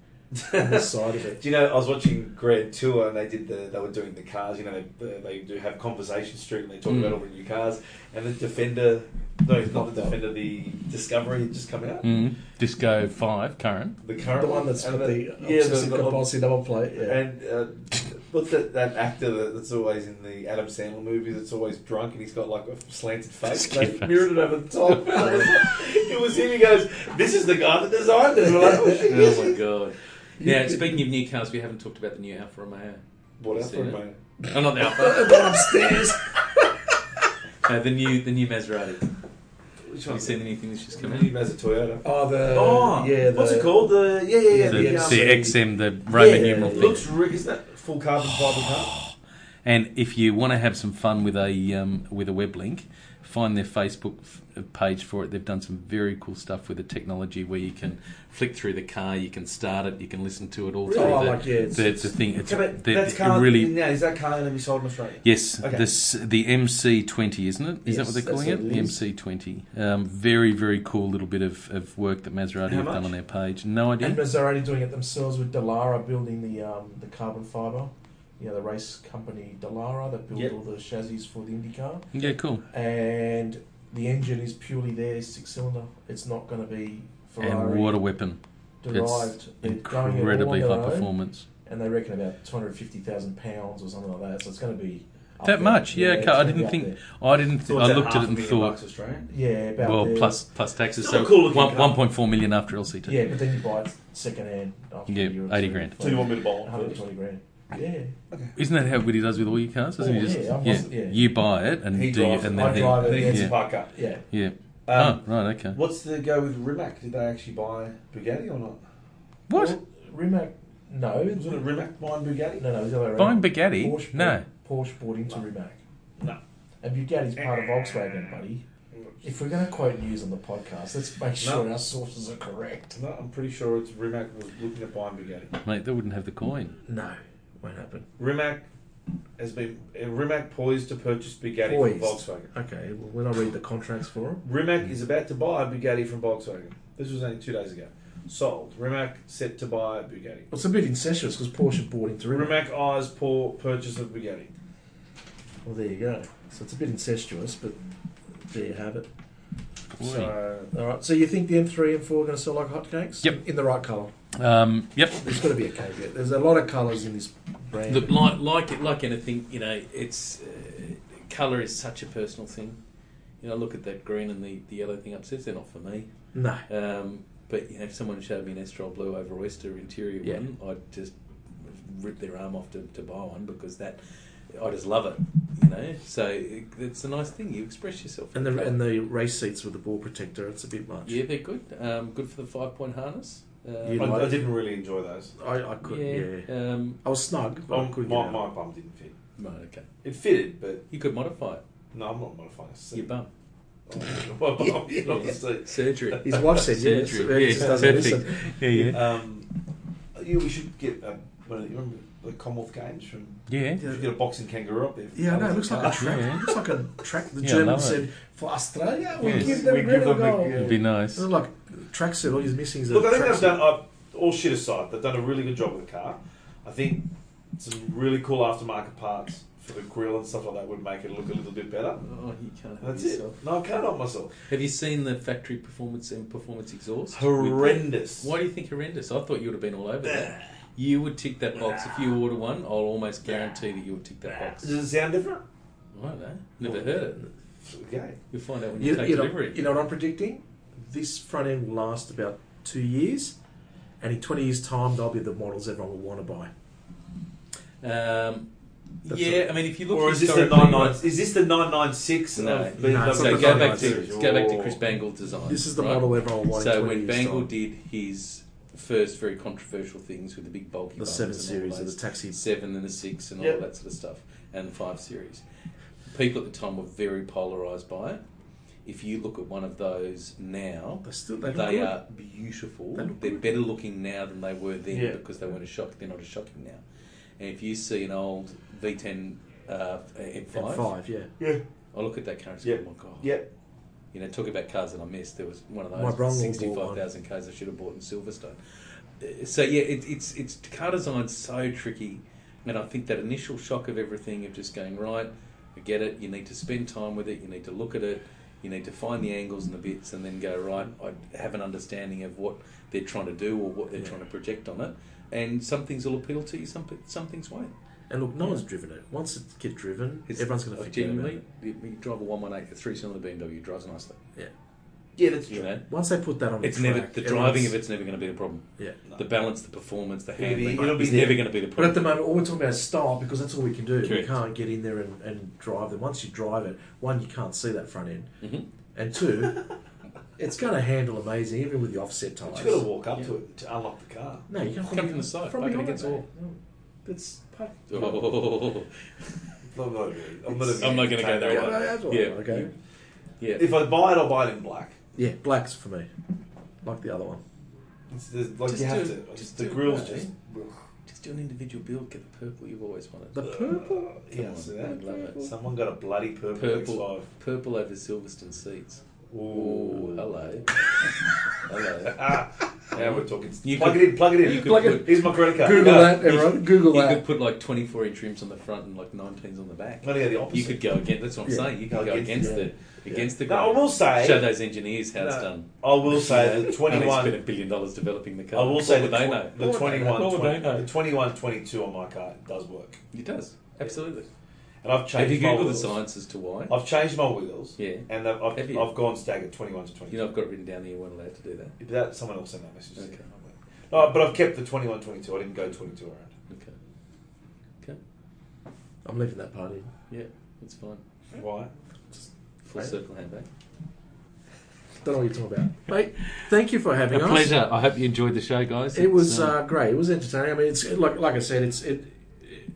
[SPEAKER 1] on the side of it.
[SPEAKER 4] Do you know? I was watching Grad Tour, and they did the they were doing the cars. You know, they, they do have conversation street, and they talk
[SPEAKER 3] Mm.
[SPEAKER 4] about all the new cars. And the Defender, no, it's not the Defender. The Discovery had just come out.
[SPEAKER 3] Mm. Disco Five current.
[SPEAKER 4] The current
[SPEAKER 1] The one that's
[SPEAKER 4] and
[SPEAKER 1] got the
[SPEAKER 4] yeah, the,
[SPEAKER 1] obsessive
[SPEAKER 4] the-
[SPEAKER 1] compulsive double plate. Yeah.
[SPEAKER 4] and uh, what's that, that actor that, that's always in the Adam Sandler movies? That's always drunk, and he's got like a slanted face.
[SPEAKER 3] Skinny
[SPEAKER 4] They
[SPEAKER 3] face.
[SPEAKER 4] mirrored it over the top. it was him. He goes, "This is the guy that designed it." We're like, "Oh, shit, yes,
[SPEAKER 3] oh my god. Now, speaking of new cars, we haven't talked about the new Alfa Romeo.
[SPEAKER 4] What else,
[SPEAKER 3] Seen it?
[SPEAKER 4] mate?
[SPEAKER 3] Oh, not the Alfa.
[SPEAKER 1] But upstairs.
[SPEAKER 3] no, the new the new Maserati.
[SPEAKER 4] Which
[SPEAKER 3] Have you
[SPEAKER 4] one's
[SPEAKER 3] seen anything that's just come out?
[SPEAKER 4] He has a Toyota.
[SPEAKER 1] Oh, the
[SPEAKER 2] oh,
[SPEAKER 1] yeah. The,
[SPEAKER 2] what's it called? The yeah, yeah, yeah.
[SPEAKER 1] The-
[SPEAKER 2] the,
[SPEAKER 1] the
[SPEAKER 2] uh,
[SPEAKER 1] C-
[SPEAKER 3] XM, the
[SPEAKER 1] Yeah,
[SPEAKER 3] numeral
[SPEAKER 1] it
[SPEAKER 3] thing.
[SPEAKER 4] Looks ri Is that full carbon fiber car?
[SPEAKER 3] And if you want to have some fun with a um, with a web link, find their Facebook f- page for it. They've done some very cool stuff with the technology where you can flick through the car, you can start it, you can listen to it all
[SPEAKER 1] Really?
[SPEAKER 3] through.
[SPEAKER 1] Oh,
[SPEAKER 3] the,
[SPEAKER 1] like, yeah, it's-
[SPEAKER 3] the, the thing. It's
[SPEAKER 4] Okay, but
[SPEAKER 3] they're-
[SPEAKER 4] that's
[SPEAKER 3] they're
[SPEAKER 4] car.
[SPEAKER 3] really
[SPEAKER 4] yeah, is that car going to be sold in Australia?
[SPEAKER 3] yes.
[SPEAKER 4] Okay.
[SPEAKER 3] This the MC twenty, isn't it? Is that
[SPEAKER 1] Yes,
[SPEAKER 3] what they're
[SPEAKER 1] that's
[SPEAKER 3] calling
[SPEAKER 1] what
[SPEAKER 3] it?
[SPEAKER 1] it
[SPEAKER 3] The
[SPEAKER 1] is.
[SPEAKER 3] MC twenty. Um, very very cool little bit of, of work that Maserati
[SPEAKER 4] How
[SPEAKER 3] have done
[SPEAKER 4] much?
[SPEAKER 3] on their page. No idea.
[SPEAKER 1] And Maserati doing it themselves with Dallara building the um, the carbon fiber. You know, the race company Dallara that build
[SPEAKER 4] Yep.
[SPEAKER 1] all the chassis for the IndyCar.
[SPEAKER 3] yeah, cool.
[SPEAKER 1] And the engine is purely their six cylinder. It's not going to be
[SPEAKER 3] And
[SPEAKER 1] Ferrari
[SPEAKER 3] what a weapon!
[SPEAKER 1] derived. They're going it all
[SPEAKER 3] Incredibly
[SPEAKER 1] on their
[SPEAKER 3] high
[SPEAKER 1] own,
[SPEAKER 3] performance.
[SPEAKER 1] And they reckon about 250,000 pounds or something like that. So it's going to be. up
[SPEAKER 3] That
[SPEAKER 1] there.
[SPEAKER 3] much, yeah.
[SPEAKER 1] it's
[SPEAKER 3] okay, I
[SPEAKER 1] gonna be
[SPEAKER 3] didn't
[SPEAKER 1] up
[SPEAKER 3] think.
[SPEAKER 1] there.
[SPEAKER 3] I didn't. Th-
[SPEAKER 4] So
[SPEAKER 3] I
[SPEAKER 4] it's at
[SPEAKER 3] looked at
[SPEAKER 4] half
[SPEAKER 3] it
[SPEAKER 4] a
[SPEAKER 3] and
[SPEAKER 4] million
[SPEAKER 3] thought,
[SPEAKER 4] bucks Australian.
[SPEAKER 1] Yeah, about
[SPEAKER 3] well,
[SPEAKER 1] there.
[SPEAKER 3] plus plus taxes,
[SPEAKER 2] Still
[SPEAKER 3] so
[SPEAKER 2] a cool looking
[SPEAKER 3] one
[SPEAKER 2] car.
[SPEAKER 3] one point four million after LCT.
[SPEAKER 1] Yeah, but then you buy it second hand after
[SPEAKER 3] Yeah,
[SPEAKER 1] a year or
[SPEAKER 3] 80
[SPEAKER 1] two.
[SPEAKER 3] grand.
[SPEAKER 4] So you want me to buy one first?
[SPEAKER 1] 120 grand. Yeah.
[SPEAKER 3] Isn't that how Woody does with all your cars? Doesn't
[SPEAKER 1] Oh,
[SPEAKER 3] he just
[SPEAKER 1] yeah, I must- yeah.
[SPEAKER 3] You buy it and
[SPEAKER 4] He
[SPEAKER 3] do
[SPEAKER 4] drives
[SPEAKER 3] it, and
[SPEAKER 1] it. I
[SPEAKER 3] then he,
[SPEAKER 1] drive it,
[SPEAKER 4] Then he gets
[SPEAKER 3] yeah.
[SPEAKER 4] a park up.
[SPEAKER 1] Yeah.
[SPEAKER 3] yeah.
[SPEAKER 4] Um,
[SPEAKER 3] oh, right, okay.
[SPEAKER 4] What's the go with Rimac? Did they actually buy Bugatti or not?
[SPEAKER 3] What?
[SPEAKER 1] Well, Rimac, no.
[SPEAKER 4] Was it a Rimac buying Bugatti?
[SPEAKER 1] No, no, it was the other way
[SPEAKER 3] Buying
[SPEAKER 1] around.
[SPEAKER 3] Bugatti?
[SPEAKER 1] Porsche
[SPEAKER 3] no.
[SPEAKER 1] Bought, Porsche bought into Rimac.
[SPEAKER 4] No.
[SPEAKER 1] And Bugatti's part of Volkswagen, buddy. If we're going to quote news on the podcast, let's make sure our sources are correct.
[SPEAKER 4] No, I'm pretty sure it's Rimac was looking at buying Bugatti.
[SPEAKER 3] Mate, they wouldn't have the coin.
[SPEAKER 1] No, won't happen.
[SPEAKER 4] Rimac has been uh, Rimac poised to purchase Bugatti
[SPEAKER 1] Poised.
[SPEAKER 4] from Volkswagen.
[SPEAKER 1] Okay, well, when I read the contracts for them.
[SPEAKER 4] Rimac is about to buy Bugatti from Volkswagen. This was only two days ago. Sold. Rimac set to buy Bugatti.
[SPEAKER 1] It's a bit incestuous because Porsche bought into Rimac.
[SPEAKER 4] Rimac eyes poor purchase of Bugatti.
[SPEAKER 1] Well, there you go. So it's a bit incestuous, but there you have it.
[SPEAKER 4] So
[SPEAKER 1] All right, so you think the M3 and 4 are going to sell like hotcakes?
[SPEAKER 3] Yep.
[SPEAKER 1] In the right colour.
[SPEAKER 3] Um, yep.
[SPEAKER 1] There's got to be a caveat. There's a lot of colours in this brand.
[SPEAKER 3] Look, like like like anything, you know, it's uh, color is such a personal thing. You know, look at that green and the, the yellow thing upstairs. They're not for me.
[SPEAKER 1] no.
[SPEAKER 3] Um, but you know, if someone showed me an Estrel Blue over Oyster interior
[SPEAKER 1] Yeah.
[SPEAKER 3] one, I'd just rip their arm off to, to buy one because that I just love it. You know, so it, it's a nice thing. You express yourself.
[SPEAKER 1] And the
[SPEAKER 3] Okay.
[SPEAKER 1] and the race seats with the ball protector, it's a bit much.
[SPEAKER 3] yeah, they're good. Um, good for the five point harness. Um,
[SPEAKER 1] You
[SPEAKER 4] uh, I,
[SPEAKER 1] like-
[SPEAKER 4] I didn't really enjoy those.
[SPEAKER 1] I, I could. Yeah.
[SPEAKER 3] Um,
[SPEAKER 1] I was snug. But
[SPEAKER 4] Um,
[SPEAKER 1] I could,
[SPEAKER 4] my,
[SPEAKER 1] yeah.
[SPEAKER 4] my bum didn't fit.
[SPEAKER 3] right, okay.
[SPEAKER 4] It fitted, but
[SPEAKER 3] You could modify it.
[SPEAKER 4] no, I'm not modifying a seat.
[SPEAKER 3] Your bum.
[SPEAKER 4] My bum, you know,
[SPEAKER 3] Yeah.
[SPEAKER 4] so-
[SPEAKER 3] Surgery.
[SPEAKER 1] His wife said, "Yeah, it's-
[SPEAKER 3] Surgery.
[SPEAKER 1] it just
[SPEAKER 3] Yeah,
[SPEAKER 1] doesn't
[SPEAKER 3] perfect.
[SPEAKER 1] listen."
[SPEAKER 3] Yeah, yeah.
[SPEAKER 4] Um, yeah, we should get uh, one of the, you remember the Commonwealth Games from.
[SPEAKER 3] Yeah.
[SPEAKER 4] You should get a boxing kangaroo up there.
[SPEAKER 1] Yeah, I know. It looks like a track.
[SPEAKER 3] Yeah.
[SPEAKER 1] It looks like a track. The
[SPEAKER 3] Yeah, I
[SPEAKER 1] German
[SPEAKER 3] love it.
[SPEAKER 1] said for Australia, we
[SPEAKER 3] Yes.
[SPEAKER 1] give them
[SPEAKER 4] We give
[SPEAKER 1] red
[SPEAKER 4] them the-
[SPEAKER 1] gold.
[SPEAKER 4] yeah.
[SPEAKER 3] It'd be
[SPEAKER 1] It's
[SPEAKER 3] nice.
[SPEAKER 4] Oh,
[SPEAKER 1] not like track suit. All he's missing is a
[SPEAKER 4] Look, I think
[SPEAKER 1] track
[SPEAKER 4] they've
[SPEAKER 1] suit.
[SPEAKER 4] done uh, all shit aside. They've done a really good job with the car. I think some really cool aftermarket parts for the grill and stuff like that would make it look a little bit better.
[SPEAKER 3] Oh, you can't help
[SPEAKER 4] That's
[SPEAKER 3] yourself.
[SPEAKER 4] it. No, I can't help myself.
[SPEAKER 3] Have you seen the factory performance and performance exhaust?
[SPEAKER 4] Horrendous.
[SPEAKER 3] Why do you think horrendous? I thought you would have been all over that. You would tick that box if you order one. I'll almost guarantee that you would tick that box.
[SPEAKER 4] Does it sound different?
[SPEAKER 3] I don't know. Never heard it.
[SPEAKER 4] Okay.
[SPEAKER 3] You'll find out when you,
[SPEAKER 1] You,
[SPEAKER 3] take
[SPEAKER 1] you know,
[SPEAKER 3] delivery.
[SPEAKER 1] you know what I'm predicting? This front end will last about two years, and in 20 years' time, they'll be the models everyone will want to buy.
[SPEAKER 3] um,
[SPEAKER 1] That's
[SPEAKER 3] yeah,
[SPEAKER 1] right.
[SPEAKER 3] I mean, if you look
[SPEAKER 4] Or is this the
[SPEAKER 3] historically,
[SPEAKER 4] nine nine? Is this the nine nine six?
[SPEAKER 3] No.
[SPEAKER 4] of
[SPEAKER 1] No,
[SPEAKER 4] BMW Oh.
[SPEAKER 1] it's not
[SPEAKER 3] So go
[SPEAKER 1] the
[SPEAKER 3] back
[SPEAKER 1] 996.
[SPEAKER 3] to go back to Chris Bangle's design.
[SPEAKER 1] This is the
[SPEAKER 3] right?
[SPEAKER 1] model everyone will want. in
[SPEAKER 3] So
[SPEAKER 1] 20
[SPEAKER 3] when
[SPEAKER 1] years'
[SPEAKER 3] Bangle
[SPEAKER 1] time.
[SPEAKER 3] did his first very controversial things with the big bulky
[SPEAKER 2] The
[SPEAKER 3] buttons
[SPEAKER 2] seven
[SPEAKER 3] and all
[SPEAKER 2] series of
[SPEAKER 3] those.
[SPEAKER 2] the taxi.
[SPEAKER 3] seven and the six and
[SPEAKER 4] Yep.
[SPEAKER 3] all that sort of stuff, and the five series. People at the time were very polarized by it. If you look at one of those now,
[SPEAKER 1] They still
[SPEAKER 3] they,
[SPEAKER 1] they, look good.
[SPEAKER 3] are beautiful.
[SPEAKER 1] They look
[SPEAKER 3] They are
[SPEAKER 1] good.
[SPEAKER 3] better looking now than they were then
[SPEAKER 1] Yeah.
[SPEAKER 3] because they weren't as shocking. They're not as shocking now. And if you see an old V10 uh, M5,
[SPEAKER 2] Five. five, yeah.
[SPEAKER 4] Yeah.
[SPEAKER 3] I look at that car and say,
[SPEAKER 4] Yeah.
[SPEAKER 3] "Oh my god!"
[SPEAKER 4] Yeah.
[SPEAKER 3] You know, talk about cars that I missed. There was one of
[SPEAKER 1] My Bronwell
[SPEAKER 3] those
[SPEAKER 1] bought
[SPEAKER 3] sixty-five thousand cars I should have bought in Silverstone. Uh, So yeah, it, it's it's car design's so tricky, and I think that initial shock of everything of just going right, I get it. You need to spend time with it. You need to look at it. You need to find the angles and the bits, and then go right. I have an understanding of what they're trying to do or what they're
[SPEAKER 1] Yeah.
[SPEAKER 3] trying to project on it. And some things will appeal to you, some some things won't.
[SPEAKER 1] And look, no
[SPEAKER 3] Yeah.
[SPEAKER 1] one's driven it. Once it gets driven,
[SPEAKER 3] It's-
[SPEAKER 1] everyone's going to
[SPEAKER 3] I
[SPEAKER 1] forget
[SPEAKER 3] genuinely.
[SPEAKER 1] about it.
[SPEAKER 3] You, you drive a one one eight, a three cylinder BMW, it drives nicely.
[SPEAKER 4] Yeah, that's
[SPEAKER 3] You
[SPEAKER 4] true.
[SPEAKER 3] know,
[SPEAKER 1] Once they put that on,
[SPEAKER 3] it's
[SPEAKER 1] the track,
[SPEAKER 3] never the driving
[SPEAKER 1] everyone's-
[SPEAKER 3] of it's never going to be the problem.
[SPEAKER 1] Yeah.
[SPEAKER 3] The balance, the performance, the
[SPEAKER 4] It'll be-
[SPEAKER 3] handling,
[SPEAKER 4] it'll be
[SPEAKER 3] is
[SPEAKER 4] there.
[SPEAKER 3] never going to be the
[SPEAKER 1] But
[SPEAKER 3] problem.
[SPEAKER 1] at the moment, all we're talking about is style because that's all we can do. We
[SPEAKER 3] Correct.
[SPEAKER 1] can't get in there and, and drive them. Once you drive it, one, you can't see that front end,
[SPEAKER 3] Mhm.
[SPEAKER 1] and two, it's going to handle amazing even with the offset
[SPEAKER 4] But
[SPEAKER 1] tyres.
[SPEAKER 4] you got to walk up to it to unlock the car.
[SPEAKER 1] No, you can't
[SPEAKER 3] Come from the side,
[SPEAKER 1] From
[SPEAKER 3] park it
[SPEAKER 1] behind,
[SPEAKER 3] against the wall.
[SPEAKER 1] mate. It's park.
[SPEAKER 3] Oh,
[SPEAKER 4] I'm not, I'm
[SPEAKER 1] It's-
[SPEAKER 4] not
[SPEAKER 3] I'm not going to go
[SPEAKER 1] Yeah,
[SPEAKER 3] there.
[SPEAKER 1] no, that's all right,
[SPEAKER 3] oh, Yeah.
[SPEAKER 1] okay.
[SPEAKER 3] Yeah,
[SPEAKER 4] If I buy it, I'll buy it in black.
[SPEAKER 1] Yeah, blacks for me, like the other one.
[SPEAKER 4] It's, there's- like
[SPEAKER 3] Just
[SPEAKER 4] you have
[SPEAKER 3] do
[SPEAKER 4] to.
[SPEAKER 3] it- just
[SPEAKER 4] the
[SPEAKER 3] do it
[SPEAKER 4] grill's
[SPEAKER 3] black,
[SPEAKER 4] just.
[SPEAKER 3] just do an individual build, get the purple you've always wanted.
[SPEAKER 1] The purple.
[SPEAKER 4] Yeah,
[SPEAKER 3] on,
[SPEAKER 4] see
[SPEAKER 3] I'd love it.
[SPEAKER 4] that? Someone got a bloody purple,
[SPEAKER 3] Purple,
[SPEAKER 4] X5.
[SPEAKER 3] purple over Silverstone seats.
[SPEAKER 4] Ooh.
[SPEAKER 3] Oh, hello, hello.
[SPEAKER 4] Ah, now we're talking.
[SPEAKER 3] You
[SPEAKER 4] plug
[SPEAKER 3] could-
[SPEAKER 4] it in, plug it in.
[SPEAKER 3] you could
[SPEAKER 4] plug
[SPEAKER 3] put-
[SPEAKER 4] it. Here's my credit card.
[SPEAKER 1] Google
[SPEAKER 4] Go.
[SPEAKER 1] that, everyone. Google
[SPEAKER 3] You
[SPEAKER 1] that.
[SPEAKER 3] could put like 24 inch rims on the front and like 19s on the
[SPEAKER 4] I'm
[SPEAKER 3] back.
[SPEAKER 4] going to go the opposite.
[SPEAKER 3] You could go against. That's what I'm
[SPEAKER 1] Yeah.
[SPEAKER 3] saying. You could
[SPEAKER 4] Go
[SPEAKER 3] go
[SPEAKER 4] against
[SPEAKER 3] against,
[SPEAKER 1] it.
[SPEAKER 3] the against the
[SPEAKER 4] No, I
[SPEAKER 3] grain.
[SPEAKER 4] will say-
[SPEAKER 3] show those engineers how it's
[SPEAKER 4] No.
[SPEAKER 3] done.
[SPEAKER 4] I will say
[SPEAKER 3] You know,
[SPEAKER 4] the
[SPEAKER 3] I mean, spent
[SPEAKER 4] 21.
[SPEAKER 3] a billion dollars developing the
[SPEAKER 4] I
[SPEAKER 3] car.
[SPEAKER 4] will say the,
[SPEAKER 3] what would they
[SPEAKER 4] tw-
[SPEAKER 3] know.
[SPEAKER 4] the
[SPEAKER 1] What would they know?
[SPEAKER 4] 21,
[SPEAKER 3] What would they know?
[SPEAKER 4] the 21, 22 on my car does work,
[SPEAKER 3] It does absolutely.
[SPEAKER 4] and I've
[SPEAKER 3] Have
[SPEAKER 4] changed.
[SPEAKER 3] you
[SPEAKER 4] my
[SPEAKER 3] googled the
[SPEAKER 4] wheels.
[SPEAKER 3] science as to why?
[SPEAKER 4] I've changed my wheels.
[SPEAKER 3] Yeah.
[SPEAKER 4] And I've, I've,
[SPEAKER 3] Have you?
[SPEAKER 4] I've gone staggered 21 to 22.
[SPEAKER 3] You know, I've got it written down that you weren't allowed to do that.
[SPEAKER 4] But that someone else sent that message. to me.
[SPEAKER 3] Okay.
[SPEAKER 4] No, but I've kept the 21, 22. I didn't go 22 around.
[SPEAKER 3] Okay. Okay.
[SPEAKER 1] I'm leaving that party.
[SPEAKER 3] Yeah, it's fine.
[SPEAKER 4] Why?
[SPEAKER 3] Full
[SPEAKER 1] Right.
[SPEAKER 3] circle handback.
[SPEAKER 1] Don't know what you're talking about, mate. Thank you for having us.
[SPEAKER 5] I hope you enjoyed the show, guys.
[SPEAKER 1] It was uh, great. It was entertaining. I mean, it's like like I said, it's it.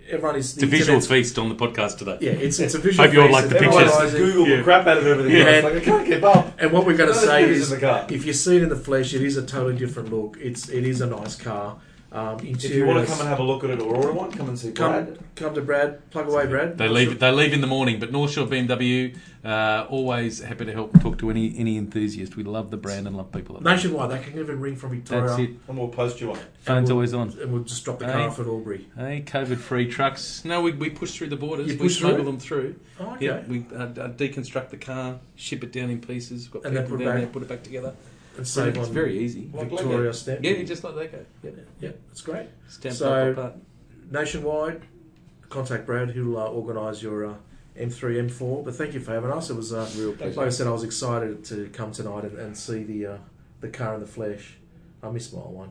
[SPEAKER 1] Everyone is
[SPEAKER 3] it's a visual
[SPEAKER 1] internet's-
[SPEAKER 3] feast on the podcast today.
[SPEAKER 1] Yeah, it's it's a visual.
[SPEAKER 3] Hope you all
[SPEAKER 1] feast
[SPEAKER 3] like
[SPEAKER 1] and
[SPEAKER 3] the
[SPEAKER 4] Everyone
[SPEAKER 3] pictures.
[SPEAKER 4] likes to
[SPEAKER 1] advertising.
[SPEAKER 4] Google the
[SPEAKER 3] Yeah.
[SPEAKER 4] crap out of everything.
[SPEAKER 1] Yeah.
[SPEAKER 4] It's like, I can't keep up.
[SPEAKER 1] And what we're going to
[SPEAKER 4] Those
[SPEAKER 1] say
[SPEAKER 4] pictures
[SPEAKER 1] is,
[SPEAKER 4] in the car.
[SPEAKER 1] if you see it in the flesh, it is a totally different look. It's it is a nice car. Um,
[SPEAKER 4] If you want
[SPEAKER 1] interiors-
[SPEAKER 4] to come and have a look at it or order one, come and see
[SPEAKER 1] come
[SPEAKER 4] Brad.
[SPEAKER 1] come to Brad, plug away, Brad.
[SPEAKER 3] They leave. They leave in the morning, but North Shore BMW uh, always happy to help talk to any any enthusiast. We love the brand and love people. That
[SPEAKER 1] nationwide. They can even ring from Victoria.
[SPEAKER 3] That's it.
[SPEAKER 4] And we'll post you on it.
[SPEAKER 1] And
[SPEAKER 3] Phone's
[SPEAKER 1] we'll-
[SPEAKER 3] always on.
[SPEAKER 1] and we'll just drop the car
[SPEAKER 3] Hey.
[SPEAKER 1] off at Albury.
[SPEAKER 3] Hey, COVID-free trucks. No, we, we push through the borders.
[SPEAKER 1] You
[SPEAKER 3] we
[SPEAKER 1] push through
[SPEAKER 3] smuggle
[SPEAKER 1] it?
[SPEAKER 3] them through.
[SPEAKER 1] Oh, okay.
[SPEAKER 3] Yeah, we uh, uh, deconstruct the car, ship it down in pieces. Got
[SPEAKER 1] And then
[SPEAKER 3] people
[SPEAKER 1] put it
[SPEAKER 3] down
[SPEAKER 1] back.
[SPEAKER 3] there, put it back together.
[SPEAKER 1] And
[SPEAKER 3] So
[SPEAKER 1] save
[SPEAKER 3] it's
[SPEAKER 1] on
[SPEAKER 3] very easy.
[SPEAKER 4] Like
[SPEAKER 1] Victoria stamp.
[SPEAKER 3] Yeah, you just like Lego. Yep.
[SPEAKER 1] yeah, it's great.
[SPEAKER 3] Stamp
[SPEAKER 1] So-
[SPEAKER 3] up, up, up.
[SPEAKER 1] nationwide. Contact Brad, who'll uh, organise your uh, M3, M4. But thank you for having us. It was, uh,
[SPEAKER 3] Real
[SPEAKER 1] like
[SPEAKER 3] pleasure.
[SPEAKER 1] I said, I was excited to come tonight and, and see the uh, the car in the flesh. I miss my old one,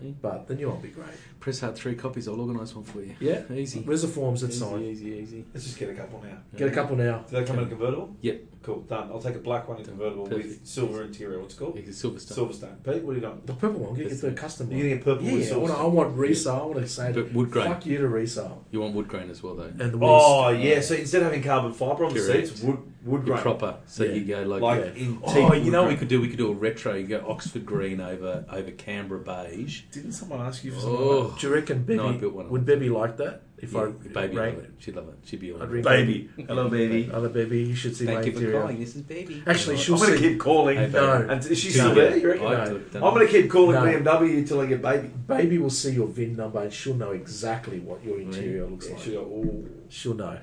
[SPEAKER 3] Hey,
[SPEAKER 1] but the new one will be great.
[SPEAKER 3] Press out three copies. I'll organise one for you.
[SPEAKER 1] Yeah.
[SPEAKER 3] easy.
[SPEAKER 1] Where's the forms that
[SPEAKER 3] Easy,
[SPEAKER 1] sign?
[SPEAKER 3] easy, easy.
[SPEAKER 4] Let's just get a couple now.
[SPEAKER 1] Get a couple now.
[SPEAKER 4] Do they come in a convertible?
[SPEAKER 3] Yep.
[SPEAKER 4] Cool, done. I'll take a black one in convertible
[SPEAKER 3] Perfect.
[SPEAKER 4] with silver interior. What's it called?
[SPEAKER 3] It's silver stuff.
[SPEAKER 4] Silverstone. Pete, what are you doing?
[SPEAKER 1] The purple one. Get, get the custom one.
[SPEAKER 4] You're getting a purple with
[SPEAKER 1] yeah, I
[SPEAKER 4] silver.
[SPEAKER 1] want, I want resale. I want to say,
[SPEAKER 3] But wood grain.
[SPEAKER 1] fuck you to resale.
[SPEAKER 3] You want wood grain as well, though.
[SPEAKER 1] And the wheels.
[SPEAKER 4] Oh yeah, so instead of having carbon fibre on the
[SPEAKER 3] Correct.
[SPEAKER 4] seats, wood wood
[SPEAKER 3] You're
[SPEAKER 4] grain.
[SPEAKER 3] proper. So
[SPEAKER 1] Yeah.
[SPEAKER 3] you go like.
[SPEAKER 4] like
[SPEAKER 1] Yeah.
[SPEAKER 4] in teak
[SPEAKER 3] Oh,
[SPEAKER 4] wood
[SPEAKER 3] you know what we
[SPEAKER 4] grain.
[SPEAKER 3] could do? We could do a retro. You go Oxford green over over Canberra beige.
[SPEAKER 4] Didn't someone ask you for something? like
[SPEAKER 3] Oh,
[SPEAKER 1] Do you reckon Bibby,
[SPEAKER 3] No, I built one of
[SPEAKER 1] would Bibby like that? If I
[SPEAKER 3] yeah, baby,
[SPEAKER 1] rang-
[SPEAKER 3] love it. she'd love it. She'd be all.
[SPEAKER 1] I'd
[SPEAKER 3] over
[SPEAKER 1] ring
[SPEAKER 3] it.
[SPEAKER 2] Baby. Hello, baby.
[SPEAKER 1] Other Bibby, you should see my
[SPEAKER 3] Thank you for
[SPEAKER 1] interior.
[SPEAKER 3] calling. This is baby.
[SPEAKER 1] Actually,
[SPEAKER 4] that?
[SPEAKER 1] she'll
[SPEAKER 4] I'm gonna
[SPEAKER 1] see.
[SPEAKER 4] keep calling.
[SPEAKER 3] Hey,
[SPEAKER 1] No.
[SPEAKER 4] And is she
[SPEAKER 3] Two
[SPEAKER 4] still
[SPEAKER 3] years.
[SPEAKER 4] there? You reckon?
[SPEAKER 1] Right.
[SPEAKER 3] I
[SPEAKER 1] No.
[SPEAKER 3] don't know.
[SPEAKER 4] I'm gonna keep calling
[SPEAKER 1] No.
[SPEAKER 4] BMW until I get baby.
[SPEAKER 1] Baby will see your VIN number and she'll know exactly what your interior looks
[SPEAKER 4] Mm. Yeah,
[SPEAKER 1] like.
[SPEAKER 4] she'll go,
[SPEAKER 1] She'll know.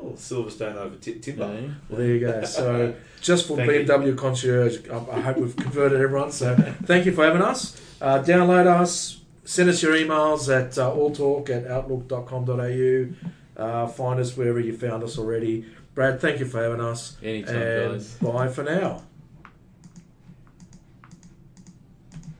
[SPEAKER 4] "Oh, oh, Silverstone over t- timber.
[SPEAKER 3] No.
[SPEAKER 1] Well, there you go. So, just for
[SPEAKER 4] Thank you.
[SPEAKER 1] BMW concierge, I, I hope we've converted everyone. So, thank you for having us. Uh, download us. Send us your emails at uh, alltalk at outlook.com.au. Uh, find us wherever you found us already. Brad, thank you for having us.
[SPEAKER 3] Anytime,
[SPEAKER 1] and
[SPEAKER 3] guys.
[SPEAKER 1] bye for now.